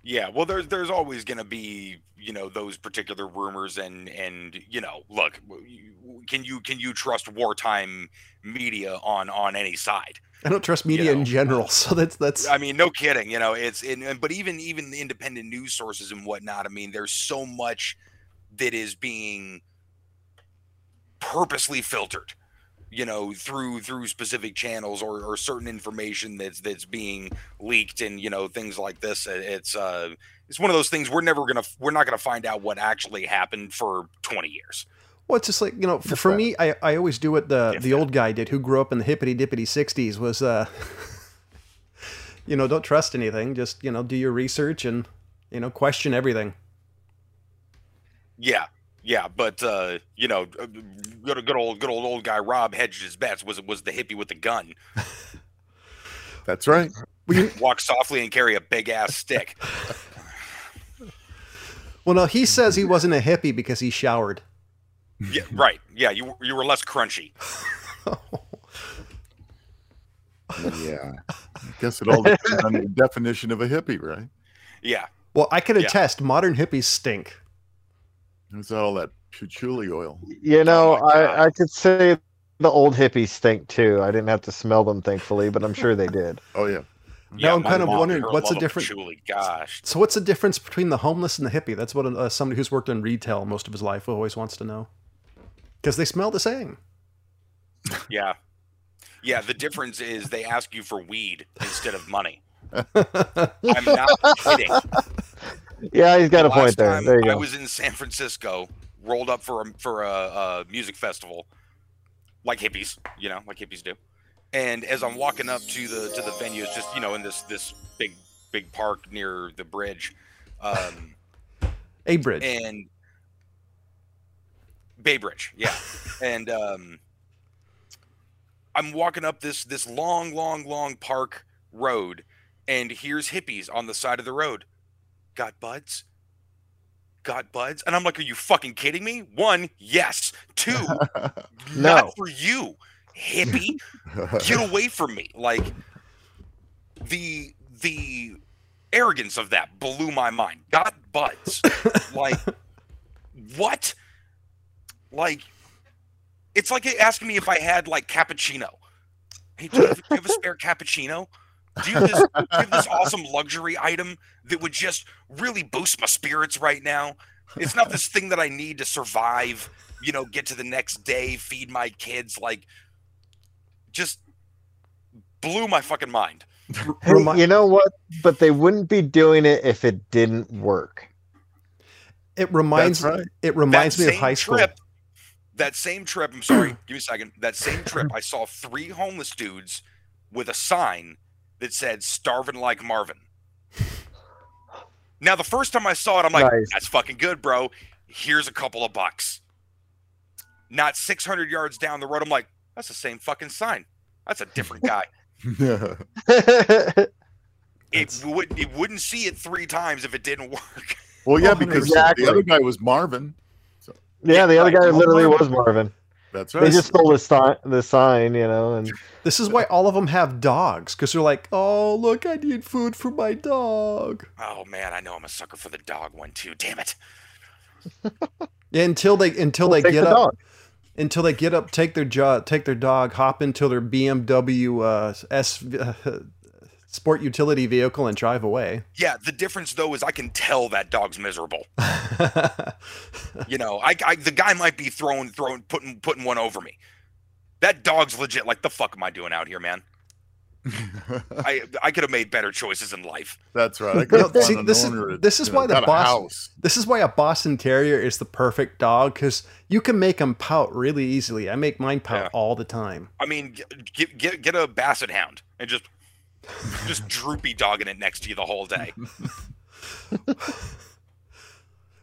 Yeah, well, there's there's always going to be you know those particular rumors and and you know look, w- you- can you can you trust wartime media on on any side?
I don't trust media
know.
in general. So that's that's
I mean, no kidding, you know it's and, and but even even the independent news sources and whatnot. I mean, there's so much that is being purposely filtered, you know, through through specific channels or or certain information that's that's being leaked and you know things like this It- it's uh it's one of those things we're never gonna f- we're not gonna find out what actually happened for 20 years
well, it's just like you know. For,
Just
for
that.
me, I, I always do what the
Yeah.
the old guy did, who grew up in the hippity dippity 60s, was uh, you know, don't trust anything. Just you know, do your research and you know, question everything.
yeah yeah but uh you know uh, good, good old good old old guy rob hedged his bets was was the hippie with the gun
That's right.
walk softly and carry a big ass stick
Well, no, he says he wasn't a hippie because he showered.
yeah right yeah you were- you were less crunchy
Oh.
Yeah. I guess it all depends on the definition of a hippie, right?
yeah
Well, I can
Yeah.
attest modern hippies stink.
It's all that patchouli oil.
You know,
Oh my God.
I, I could say the old hippies stink too. I didn't have to smell them, thankfully, but I'm sure they did.
Oh yeah.
Now
Yeah,
I'm
my
kind of
mom,
wondering
her
what's the
love of
difference-
patchouli, gosh
So, what's the difference between the homeless and the hippie? That's what uh, somebody who's worked in retail most of his life always wants to know. Because they smell the same.
yeah yeah the difference is they ask you for weed instead of money i'm not kidding
Yeah, he's got a point
Last
there.
time
There you
I
go.
was in San Francisco, rolled up for a for a, uh music festival, like hippies, you know, like hippies do. And as I'm walking up to the to the venue, it's just you know in this this big big park near the bridge, um,
A bridge.
and Bay Bridge, yeah, and um, I'm walking up this this long, long, long park road, and here's hippies on the side of the road. Got buds? Got buds? And I'm like, are you fucking kidding me? One, yes. Two,
No.
not for you, hippie. Get away from me. Like the the arrogance of that blew my mind. Got buds. like what? Like it's like asking me if I had like cappuccino. Hey, do you have, do you have a spare cappuccino? Do you have this, do you have this awesome luxury item that would just really boost my spirits right now? It's not this thing that I need to survive, you know, get to the next day, feed my kids. Like, just blew my fucking mind.
Hey,
Remi-
you know what? But they wouldn't be doing it if it didn't work.
It reminds
That's right.
it reminds
That
me of
same
high school.
Trip, that same trip, I'm sorry, give me a second. That same trip, I saw three homeless dudes with a sign that said starving like Marvin. Now, the first time I saw it,
Oh
I'm like,
Nice.
that's fucking good, bro. Here's a couple of bucks. Not 600 yards down the road, I'm like, that's the same fucking sign. That's a different guy. it,
That's-
would, it wouldn't see it three times if it didn't work.
well, yeah, because
Exactly.
the other guy was Marvin.
yeah, the other guy
Right.
literally was Marvin.
That's
They
right.
just stole the sign, the sign, you know, and
This is why all of them have dogs because they're like, oh look, I need food for my dog.
Oh, man, I know I'm a sucker for the dog one, too. Damn it.
Until they until they
take
get
the
up
dog.
until they get up, take their jaw, take their dog, hop into their BMW uh, S uh, sport utility vehicle and drive away.
Yeah, the difference though is I can tell that dog's miserable.
yeah,
You know, I, I the guy might be throwing, throwing, putting, putting one over me. That dog's legit. Like the fuck am I doing out here, man? I I could have made better choices in life.
That's right. I could've
No, see,
gone an
this is-
owner that,
this is
you know,
why the
got a
boss-
house.
this is why a Boston Terrier is the perfect dog because you can make them pout really easily. I make mine pout
Yeah.
all the time.
I mean, g- get get get a basset hound and just just droopy dogging it next to you the whole day.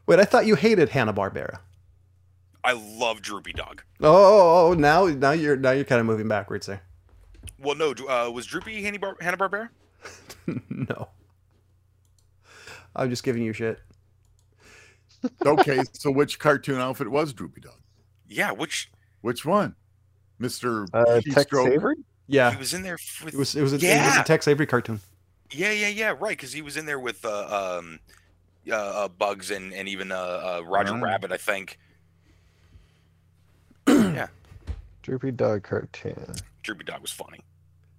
Wait, I thought you hated Hanna Barbera.
I love droopy dog.
Oh, oh, oh, now now you're now you're kind of moving backwards there.
Well, no, dro- uh, was droopy Hanna Bar- Barbera?
no, I'm just giving you shit.
Okay, so which cartoon outfit was Droopy Dog?
Yeah, which
Which one? Mr.
Uh, Tex
Heathstroke?
Avery?
Yeah,
he was in there with.
it was it was a, it was
Yeah.
a Tex Avery cartoon.
Yeah, yeah, yeah, right. Because he was in there with uh, um, uh, uh, Bugs and and even uh, uh, Roger
Right.
Rabbit, I think.
Droopy Dog cartoon.
Droopy Dog was funny.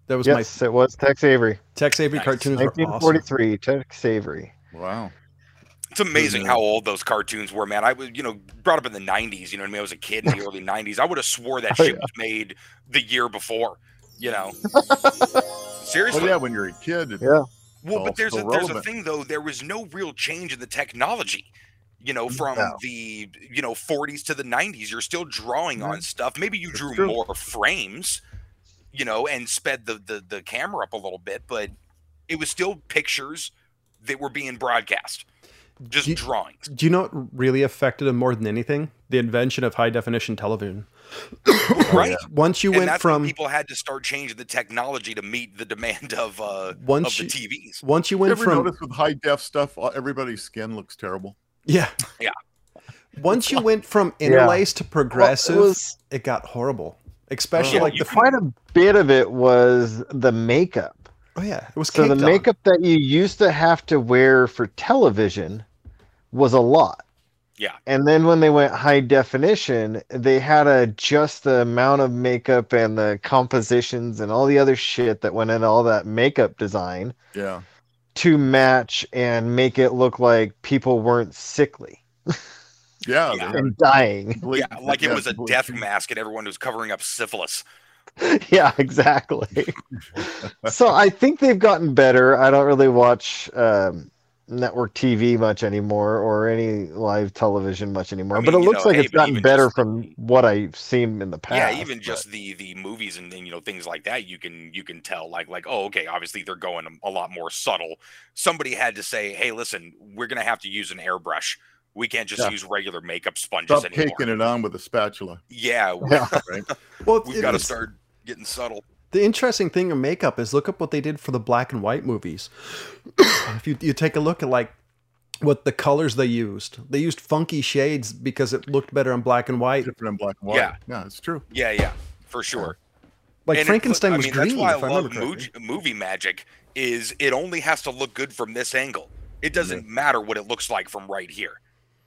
That was
Yes, it was Tex Avery.
my Tex Avery
Nice.
cartoons were awesome.
1943, Tex Avery.
Wow.
It's amazing
Mhm.
how old those cartoons were, man. I was, you know, brought up in the '90s. You know what I mean? I was a kid in the early '90s. I would have swore that
Oh,
shit was made the year before. You know, seriously.
Well, yeah, when you're a kid. it-
Yeah.
Well,
all
but there's a,
still
there's a
relevant.
thing though. There was no real change in the technology. You know, from
No.
the you know 40s to the 90s, you're still drawing
Mm-hmm.
on stuff. Maybe you
It's
drew
true.
more frames, you know, and sped the, the the camera up a little bit, but it was still pictures that were being broadcast, just
Do you-
drawings.
Do you know what really affected him more than anything? The invention of high definition television. Oh,
Right.
Once you
and
went
that's
from
when people had to start changing the technology to meet the demand of uh of
once
the
you,
TVs.
once you
You
went
ever
from
notice with high def stuff, all- everybody's skin looks terrible?
yeah
Yeah.
Once you went from
Yeah.
interlace to progressive,
Well, it was
it got horrible. Especially
Yeah,
like
Oh,
the
you can-
quite a bit of it was the makeup.
oh yeah, it was
So the
caked on.
makeup that you used to have to wear for television was a lot.
Yeah.
And then when they went high definition, they had to adjust the amount of makeup and the compositions and all the other shit that went into all that makeup design
Yeah.
to match and make it look like people weren't sickly
Yeah.
Yeah.
they-
and dying.
Yeah, like it
yeah,
was a
bleach.
death mask and everyone was covering up syphilis.
yeah, exactly. so I think they've gotten better. I don't really watch um, network TV much anymore or any live television much anymore,
I
but it
mean, you
looks
know,
like
hey,
it's
but
gotten
even
better
just-
from what I've seen in the past.
yeah even just the the movies and, and you know things like that you can you can tell like like oh okay obviously they're going a lot more subtle somebody had to say hey listen we're gonna have to use an airbrush we can't just
Yeah.
use regular makeup sponges
Stop
anymore
caking it on with a spatula.
yeah we-
Yeah.
well,
we've
it-
got to
it's-
start getting subtle.
The interesting thing in makeup is look up what they did for the black and white movies. if you, you take a look at like what the colors they used, they used funky shades because it looked better on black and white.
different in black and white.
Yeah.
yeah, it's true.
Yeah, yeah, for sure.
Like
And it-
Frankenstein
I
was
mean,
green,
That's why I
if I
love
remember correctly.
movie, movie magic. Is it only has to look good from this angle? It doesn't matter what it looks like from right here.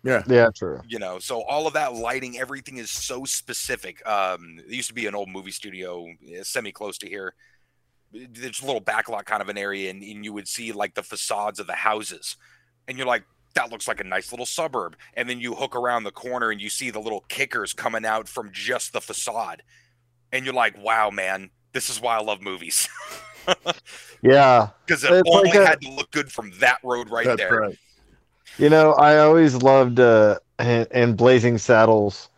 Yeah,
Yeah, true.
you know so all of that lighting everything is so specific um there used to be an old movie studio semi close to here Eh, there's a little backlot kind of an area and, and you would see like the facades of the houses and you're like that looks like a nice little suburb and then you hook around the corner and you see the little kickers coming out from just the facade and you're like wow man this is why i love movies
Yeah.
because it
It's
only
like a-
had to look good from that road right
that's
there
right.
You know, I always loved uh in, in Blazing Saddles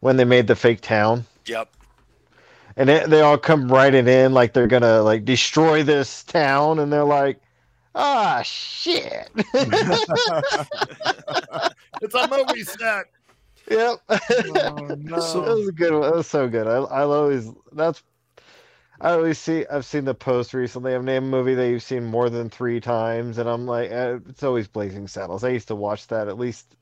when they made the fake town.
yep
And it, they all come riding in like they're gonna like destroy this town and they're like, ah shit.
It's a movie set.
yep.
Oh, no.
that was a good. One. That was so good. I I always that's. I always see. I've seen the post recently of a movie that you've seen more than three times, and I'm like, uh, it's always Blazing Saddles. I used to watch that at least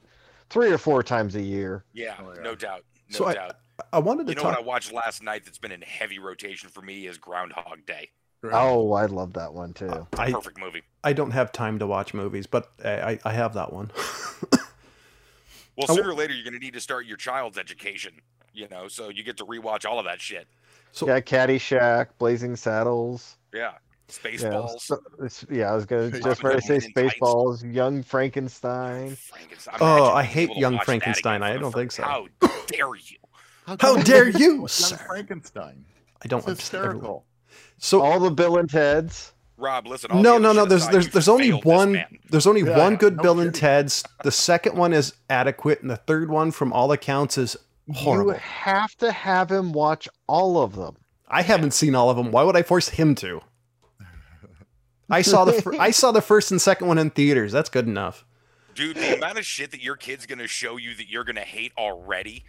three or four times a year.
yeah,
Oh, yeah.
no doubt no
So I-
doubt
I wanted to
You know
talk.
what I watched last night that's been in heavy rotation for me is Groundhog Day.
Oh, I love that one too.
I,
Perfect movie.
I don't have time to watch movies, but eh, I, I, I have that one.
Well,
I w-
sooner or later you're gonna need to start your child's education. You know, so you get to rewatch all of that shit.
so
Yeah, Caddyshack, Blazing Saddles.
Yeah.
Yeah,
Spaceballs.
so- it's- yeah, I was gonna
Space
just about to say
Balls.
Spaceballs, Young Frankenstein.
Frankenstein.
Oh,
Imagine
I
being
hate
able to
Young
watch that again
Frankenstein.
for
I
the
don't
fir-
think so.
How dare you?
how
come
dare
it's
you,
Young
sir?
Frankenstein.
I don't
It's
understand. everyone.
hysterical.
So
All the Bill and Ted's.
Rob, listen. All
no,
the
no, no.
other shit
There's
aside,
there's
you
there's only
failed this
one
man.
there's only
Yeah,
one good
no
Bill and
kidding.
Ted's. The second one is adequate, and the third one, from all accounts, is horrible.
You have to have him watch all of them.
I haven't seen all of them. Why would I force him to? I saw the fir- I saw the first and second one in theaters. That's good enough.
Dude, the amount of shit that your kid's gonna show you that you're gonna hate already.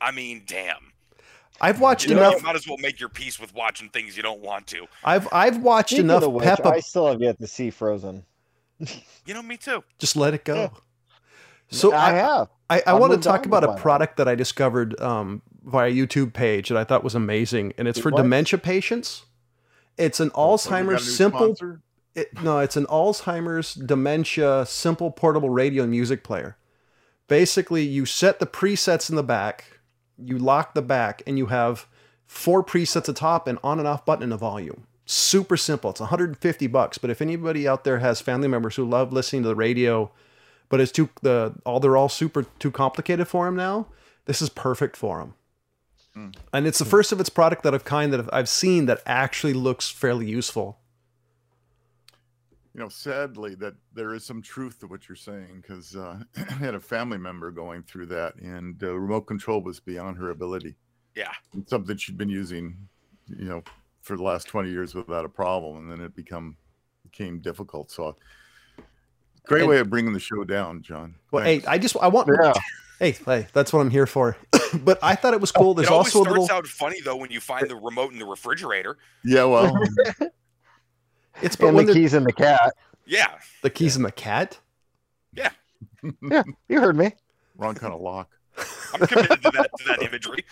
I mean, damn.
I've watched
You, know,
enough.
you might as well make your peace with watching things you don't want to.
I've I've watched
Speaking
enough
of which,
Peppa.
I still have yet to see Frozen.
You know, me too.
Just let it go.
Yeah.
So
I,
I,
have.
I, I
I'm
want to
moved on
talk
to
about a
Twilight.
product that I discovered um, via YouTube page that I thought was amazing, and it's
It
for
was?
dementia patients. It's an
So we got a
Alzheimer's
new
simple.
sponsor?
It, no, it's an Alzheimer's dementia simple portable radio and music player. Basically, you set the presets in the back, you lock the back, and you have four presets atop and on and off button and a volume. Super simple. It's 150 bucks. But if anybody out there has family members who love listening to the radio, but it's too the all they're all super too complicated for them now. This is perfect for them.
Mm.
And it's the first of its product that I've kind that I've, I've seen that actually looks fairly useful.
you know, sadly, that there is some truth to what you're saying because uh, I had a family member going through that, and uh, remote control was beyond her ability.
Yeah.
It's something she'd been using, you know, for the last 20 years without a problem, and then it become became difficult. So, great
And-
way of bringing the show down, John.
Well,
Thanks.
hey, I just I want
Yeah.
hey, hey, that's what I'm here for. but I thought it was cool. There's
it always
also a
starts
little.
out funny though when you find the remote in the refrigerator.
yeah, well,
It's but
And
when
the
the,
keys and the cat.
Yeah,
the keys and the cat.
You heard me.
wrong kind of lock.
I'm committed to that to that imagery.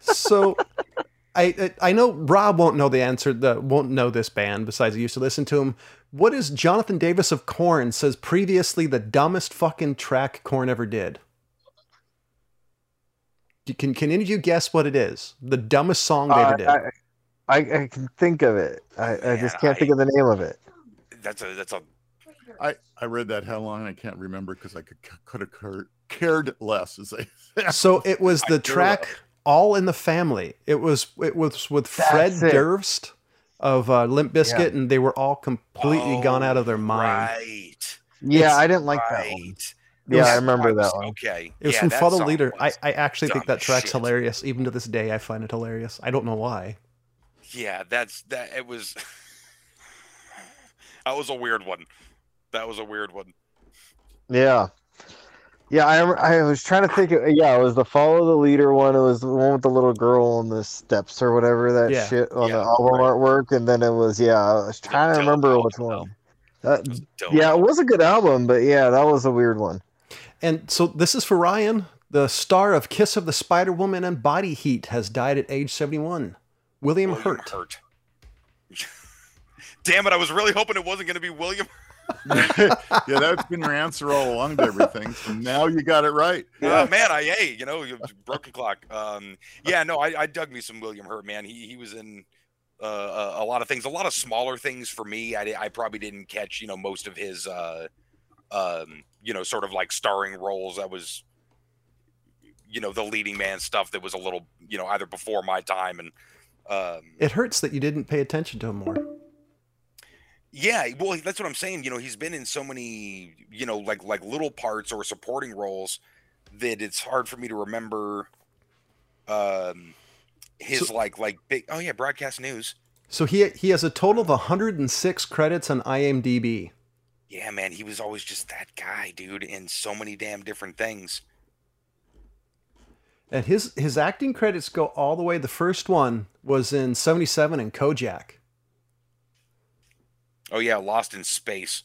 so I, I I know Rob won't know the answer that won't know this band besides he used to listen to him. What is Jonathan Davis of Korn says previously the dumbest fucking track Korn ever did? You- Can can any of you guess what it is? The dumbest song they ever did.
Uh, I, I, I I can think of it. I, I just
Man,
can't
I-
think of the name of it.
That's a that's a
I, I read that headline. I can't remember because I could could have cur- cared less. As I
so it was
I
the
do
track "All in the Family." It was it was with Fred
That's it.
Durst of uh, Limp Bizkit, and they were all completely gone
Oh,
out of their mind.
Right.
Yeah,
It's-
I didn't like that one.
right.
Yeah, I
was-
remember that
That's-
one.
Okay.
It was
yeah,
from
that
Follow
song
Leader. I,
was-
I actually think
dumb
that
as
track's
shit.
hilarious. Even to this day, I find it hilarious. I don't know why.
yeah, that's that. It was. that was a weird one. That was a weird one.
Yeah. Yeah, I, I was trying to think. Of, yeah, it was the follow the leader one. It was the one with the little girl on the steps or whatever that
Yeah.
shit on
Yeah,
the album
right.
artwork. And then it was yeah, I was trying to
Dope
remember
album,
which
though.
one. That,
It was dope.
yeah, it was a good album, but yeah, that was a weird one.
And so this is for Ryan, the star of Kiss of the Spider Woman and Body Heat, has died at age 71. William,
William
Hurt.
Hurt. Damn it! I was really hoping it wasn't going to be William.
yeah, that's been your answer all along to everything. So now you got it right.
Oh man, I hey, you know, you- broken clock. Um, yeah, no, I, I dug me some William Hurt, man. He he was in uh, a, a lot of things, a lot of smaller things for me. I, di- I probably didn't catch, you know, most of his, uh, um, you know, sort of like starring roles. That was, you know, the leading man stuff that was a little, you know, either before my time and. Um,
It hurts that you didn't pay attention to him more.
Yeah, well, that's what I'm saying. You know, he's been in so many, you know, like like little parts or supporting roles that it's hard for me to remember um his
So-
like like big oh yeah, broadcast news.
So he he has a total of 106 credits on IMDb.
Yeah, man, he was always just that guy, dude, in so many damn different things.
And his his acting credits go all the way. The first one was in 77 in Kojak.
Oh yeah, Lost in Space.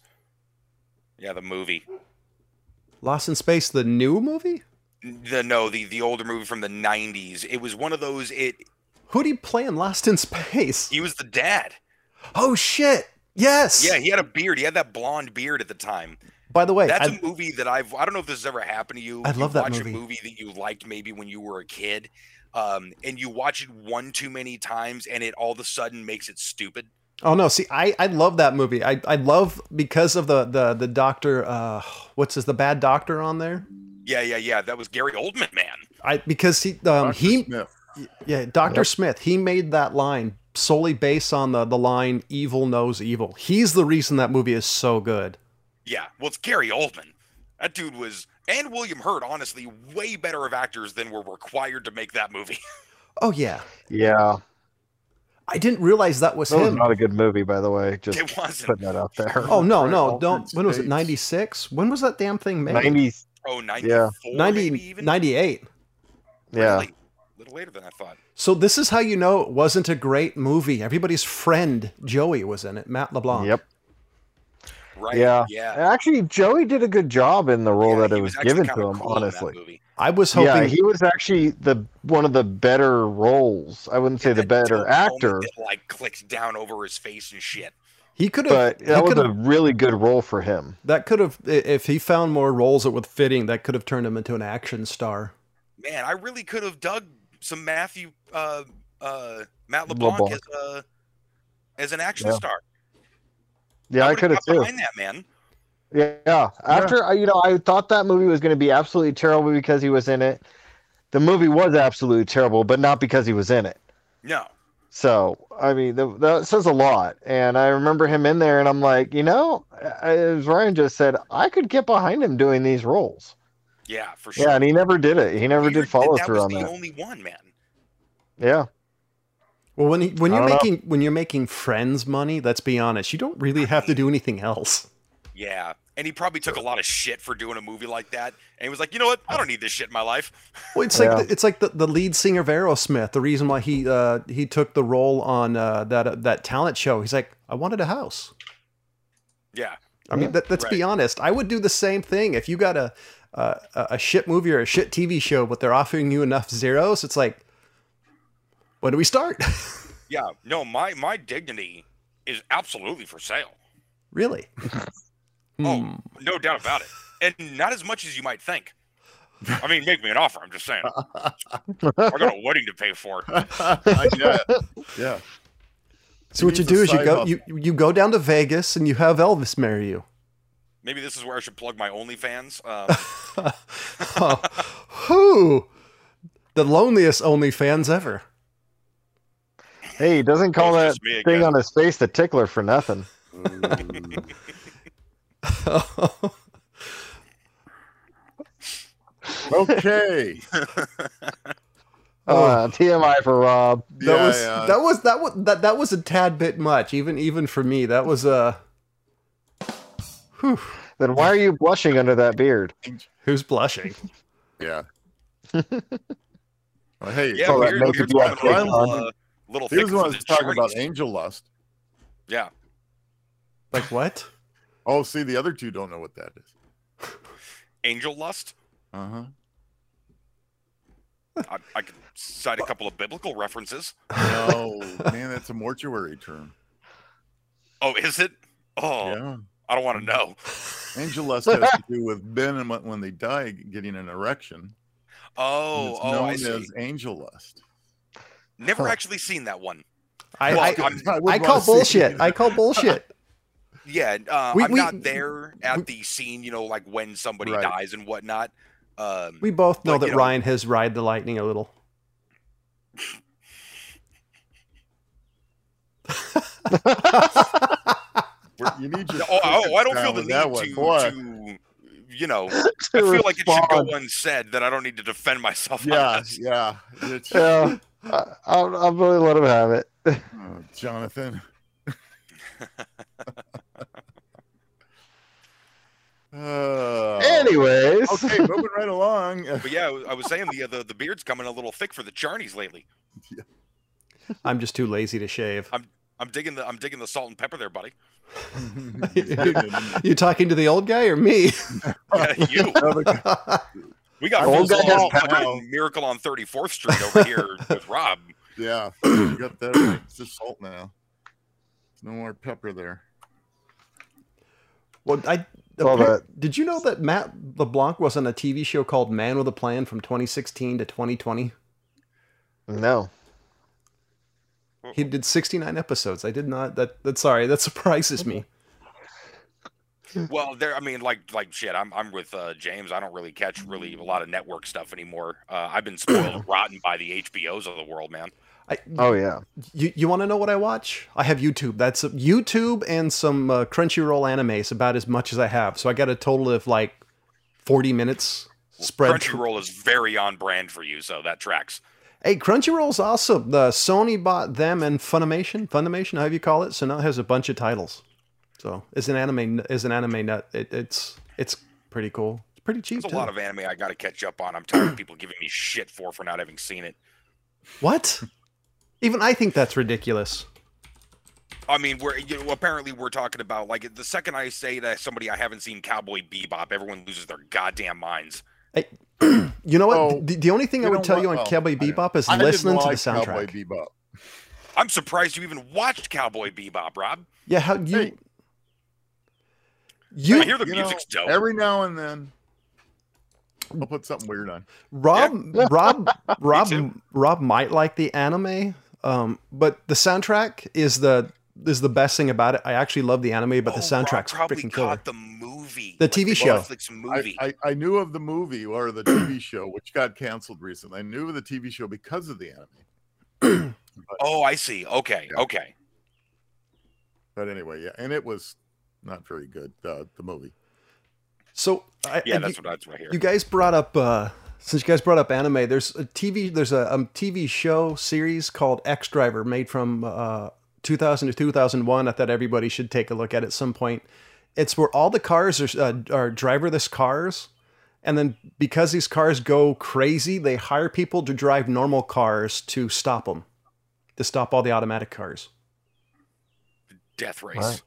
Yeah, the movie.
Lost in Space, the new movie?
The no, the the older movie from the 90s. It was one of those it
Who'd he play in Lost in Space?
he was the dad.
Oh shit. Yes.
Yeah, he had a beard. He had that blonde beard at the time.
By the way,
That's
I-
a movie that I've. I don't know if this has ever happened to you.
I
You
love that
watch
movie.
a movie that you liked maybe when you were a kid, um, and you watch it one too many times, and it all of a sudden makes it stupid.
Oh no! See, I, I love that movie. I, I love because of the the the doctor. Uh, what's his the bad doctor on there?
Yeah, yeah, yeah. That was Gary Oldman, man.
I because he um
Dr.
he
Smith.
yeah Doctor
Yep.
Smith he made that line solely based on the the line "evil knows evil." He's the reason that movie is so good.
Yeah, well, it's Gary Oldman. That dude was, and William Hurt, honestly, way better of actors than were required to make that movie.
Oh yeah,
Yeah,
I didn't realize that was
that was
him.
not a good movie, by the way. Just
It wasn't.
putting that out there.
Oh no
Right,
no
Altered
don't. When was it?
States.
Ninety six. When was that damn thing made?
Nineties.
Oh, 94,
Yeah.
90
maybe even?
98.
Yeah.
Really? A little later than I thought.
So this is how you know it wasn't a great movie. Everybody's friend Joey was in it. Matt LeBlanc.
Yep.
Right?
Yeah.
Yeah.
Actually, Joey did a good job in the role
Yeah,
that
he
it was,
actually
given
kinda
to him.
cool in that
honestly.
movie.
I was hoping.
Yeah, he was actually the one of the better roles. I wouldn't say the
that
better
dope moment
actor,
that, like clicked down over his face and shit.
He could have.
but
he
that was
could've-
a really good role for him.
That could have, i- if he found more roles that were fitting, that could have turned him into an action star.
Man, I really could have dug some Matthew uh uh Matt LeBlanc,
LeBlanc.
as uh as an action
Yeah.
star.
Yeah, I
would've
could have
got
too.
behind that man.
Yeah, after I you know, I thought that movie was going to be absolutely terrible because he was in it. The movie was absolutely terrible, but not because he was in it.
No.
So I mean, the, that says a lot. And I remember him in there, and I'm like, you know, as Ryan just said, I could get behind him doing these roles.
Yeah, for sure.
Yeah, and he never did it. He never
He
did
really-
follow
that
through
was
on
the
that.
only one, man.
Yeah.
Well, when he, when
I
you're
don't know.
making when you're making friends money, let's be honest, you don't really have to do anything else.
Yeah. And he probably took a lot of shit for doing a movie like that. And he was like, you know what? I don't need this shit in my life.
Well, it's
Yeah.
like the, it's like the, the lead singer of Aerosmith. The reason why he uh, he took the role on uh, that uh, that talent show, he's like, I wanted a house.
Yeah.
I mean, that, let's be honest. I would do the same thing if you got a, a a shit movie or a shit TV show, but they're offering you enough zeros. It's like, when do we start?
Yeah. No, my my dignity is absolutely for sale.
really?
Oh.
Hmm.
No doubt about it. And not as much as you might think. I mean, make me an offer. I'm just saying. I got a wedding to pay for.
yeah. Yeah.
So what you
It's a
do is you
side
go
hustle.
you you go down to Vegas and you have Elvis marry you.
Maybe this is where I should plug my OnlyFans. Um,
oh, who? The loneliest OnlyFans ever.
Hey, he doesn't call
That's
that
just me
thing
again.
on his face the tickler for nothing.
Mm.
Okay.
Oh.
Uh, TMI for Rob.
That
yeah,
was
yeah.
that was that was that that was a tad bit much, even even for me. That was uh
Then why are you blushing under that beard?
Who's blushing?
Yeah. well, hey,
Yeah,
all that
weird,
naked
weird
black
woman with,
cake
uh, little
here's
things
what I
in
was
the
talking
trees.
about: angel lust.
Yeah,
Like what?
Oh, see, the other two don't know what that is.
angel lust.
Uh
Uh-huh.
huh.
I, I could cite a couple of biblical references.
No, man, that's a mortuary term.
Oh, is it? Oh,
Yeah,
I don't want to know.
angel lust has to do with men and when- when they die getting an erection. and
Oh,
it's
oh,
known
I see.
as angel lust.
Never
Huh.
actually seen that one.
I
Well,
I,
I'm-
would
I call
wanna see
bullshit.
it.
I call bullshit.
Yeah, uh,
We-
I'm
we-
not there at
we-
the scene. You know, like when somebody
Right.
dies and whatnot. Um,
We both know
Like,
that
you know-
Ryan has ride the lightning a little.
you need your
oh, oh, I don't
down
feel the
with that one,
need
boy.
to, to, you know, I
To
feel like it should
respond.
go unsaid that I don't need to defend myself. on
Yeah,
this.
yeah. It's,
Yeah, I, I'll, I'll really let him have it.
oh, Jonathan. Uh,
Anyways,
okay, moving right along.
But yeah, I was- I was saying the, the the beard's coming a little thick for the Charnies lately.
I'm just too lazy to shave.
I'm digging the I'm digging the salt and pepper there, buddy.
You talking to the old guy or me?
Yeah, you. We
The
got
old
full
guy
salt
has
fucking
power.
miracle on 34th Street over here with Rob.
yeah, you got that. Right. It's just salt now. No more pepper there.
well, I
Saw that.
did you know that Matt LeBlanc was on a TV show called Man with a Plan from 2016 to 2020?
no.
He did 69 episodes. I did not. That that's sorry. That surprises me.
Well, there I mean like like shit, I'm I'm with uh, James. I don't really catch really a lot of network stuff anymore. Uh, I've been spoiled rotten by the HBOs of the world, man.
I,
Oh yeah.
you you want to know what I watch? I have YouTube. That's YouTube and some uh, Crunchyroll anime is about as much as I have. So I got a total of like 40 minutes spread. through-
Crunchyroll is very on brand for you, so that tracks.
Hey, Crunchyroll's awesome. The Sony bought them and Funimation, Funimation, however you call it. So now it has a bunch of titles. So as an anime, as an anime nut, it, it's it's pretty cool. It's pretty cheap.
There's a
too.
lot of anime I got to catch up on. I'm tired of people giving me shit for for not having seen it.
what? Even I think that's ridiculous.
I mean, we're you know, apparently we're talking about like the second I say that somebody I haven't seen Cowboy Bebop, everyone loses their goddamn minds.
You know what?
Oh,
the, the only thing I
you
would
know
tell
what?
you on
Well,
Cowboy
I don't-
Bebop is
I didn't
listening to the
like
soundtrack.
Cowboy Bebop.
I'm surprised you even watched Cowboy Bebop, Rob.
Yeah, how you
Hey.
you
I hear the
you know,
music's dope.
Every now and then, I'll put something weird on.
Rob Rob Rob
too.
Rob might like the anime, um, but the soundtrack is the is the best thing about it. I actually love the anime, but
Oh,
the
Rob
soundtrack's
probably
freaking killer.
caught the movie,
The TV show.
Netflix
I,
movie.
I, I knew of the movie or the TV show, which got canceled recently. I knew of the TV show because of the anime.
oh, I see. Okay,
Yeah.
okay.
But anyway, yeah, and it was not very good. Uh, the movie.
So I,
Yeah,
I-
that's
you,
what that's right here.
you guys brought up. Uh, since you guys brought up anime, there's a TV there's a um, TV show series called X Driver made from uh, 2000 to 2001. I thought everybody should take a look at at some point. It's where all the cars are uh, are driverless cars. And then because these cars go crazy, they hire people to drive normal cars to stop them, to stop all the automatic cars.
Death Race.
Right.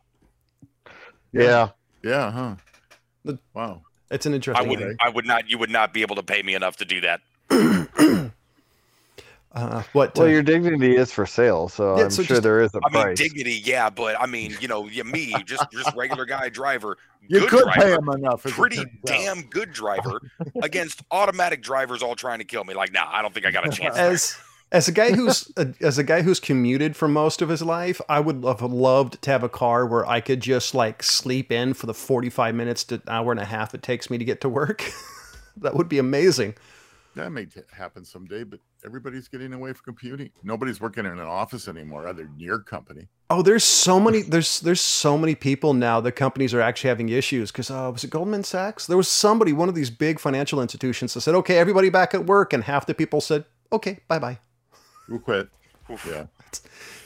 Yeah.
Yeah.
Yeah, huh?
The-
wow.
It's an
I
interesting.
wouldn't.
thing.
I would not. You would not be able to pay me enough to do that.
Uh, what?
Well,
uh,
your dignity is for sale, so
Yeah,
I'm
so
sure
just-
there is a
I mean,
price.
dignity, yeah, but I mean, you know, yeah, me, just just regular guy driver,
You
good
could
driver,
pay him enough. as it
pretty
turns out.
damn good driver against automatic drivers all trying to kill me. Like, nah, I don't think I got a chance. there.
as as a guy who's as a guy who's commuted for most of his life, I would have loved to have a car where I could just like sleep in for the forty five minutes to an hour and a half it takes me to get to work. that would be amazing.
That may t- happen someday, but everybody's getting away from computing. Nobody's working in an office anymore, other than your company.
Oh, there's so many there's there's so many people now that companies are actually having issues because uh, was it Goldman Sachs? There was somebody, one of these big financial institutions, that said, "Okay, everybody back at work," and half the people said, "Okay, bye bye."
We'll quit.
Oof.
Yeah,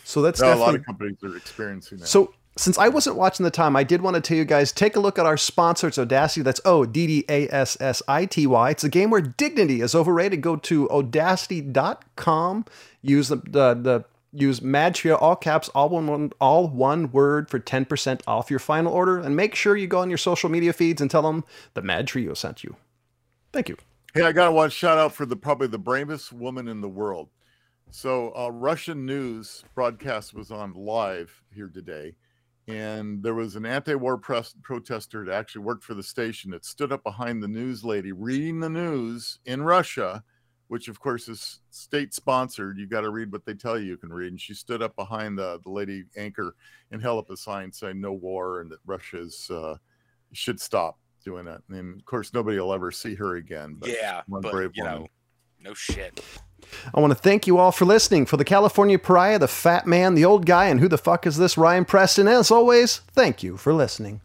So that's
no, a
definitely
lot of companies are experiencing that.
So since I wasn't watching the time, I did want to tell you guys take a look at our sponsor. It's Audacity. That's O D D A S S I T Y. It's a game where dignity is overrated. Go to audacity.com. Use the, the, the use Magia, all caps, all one, one, all one word for 10% off your final order. And make sure you go on your social media feeds and tell them the Mad Trio sent you. Thank you.
Hey, I got one shout out for the probably the bravest woman in the world. So, uh, Russian news broadcast was on live here today, and there was an anti-war press protester that actually worked for the station that stood up behind the news lady reading the news in Russia, which of course is state-sponsored. You got to read what they tell you you can read. And she stood up behind the, the lady anchor and held up a sign saying "No war" and that Russia's uh, should stop doing it. And of course, nobody will ever see her again. But
yeah,
one
but,
brave
you
woman.
know, no shit.
I want to thank you all for listening. For the California Pariah, the Fat Man, the Old Guy, and who the fuck is this Ryan Preston? As always, thank you for listening.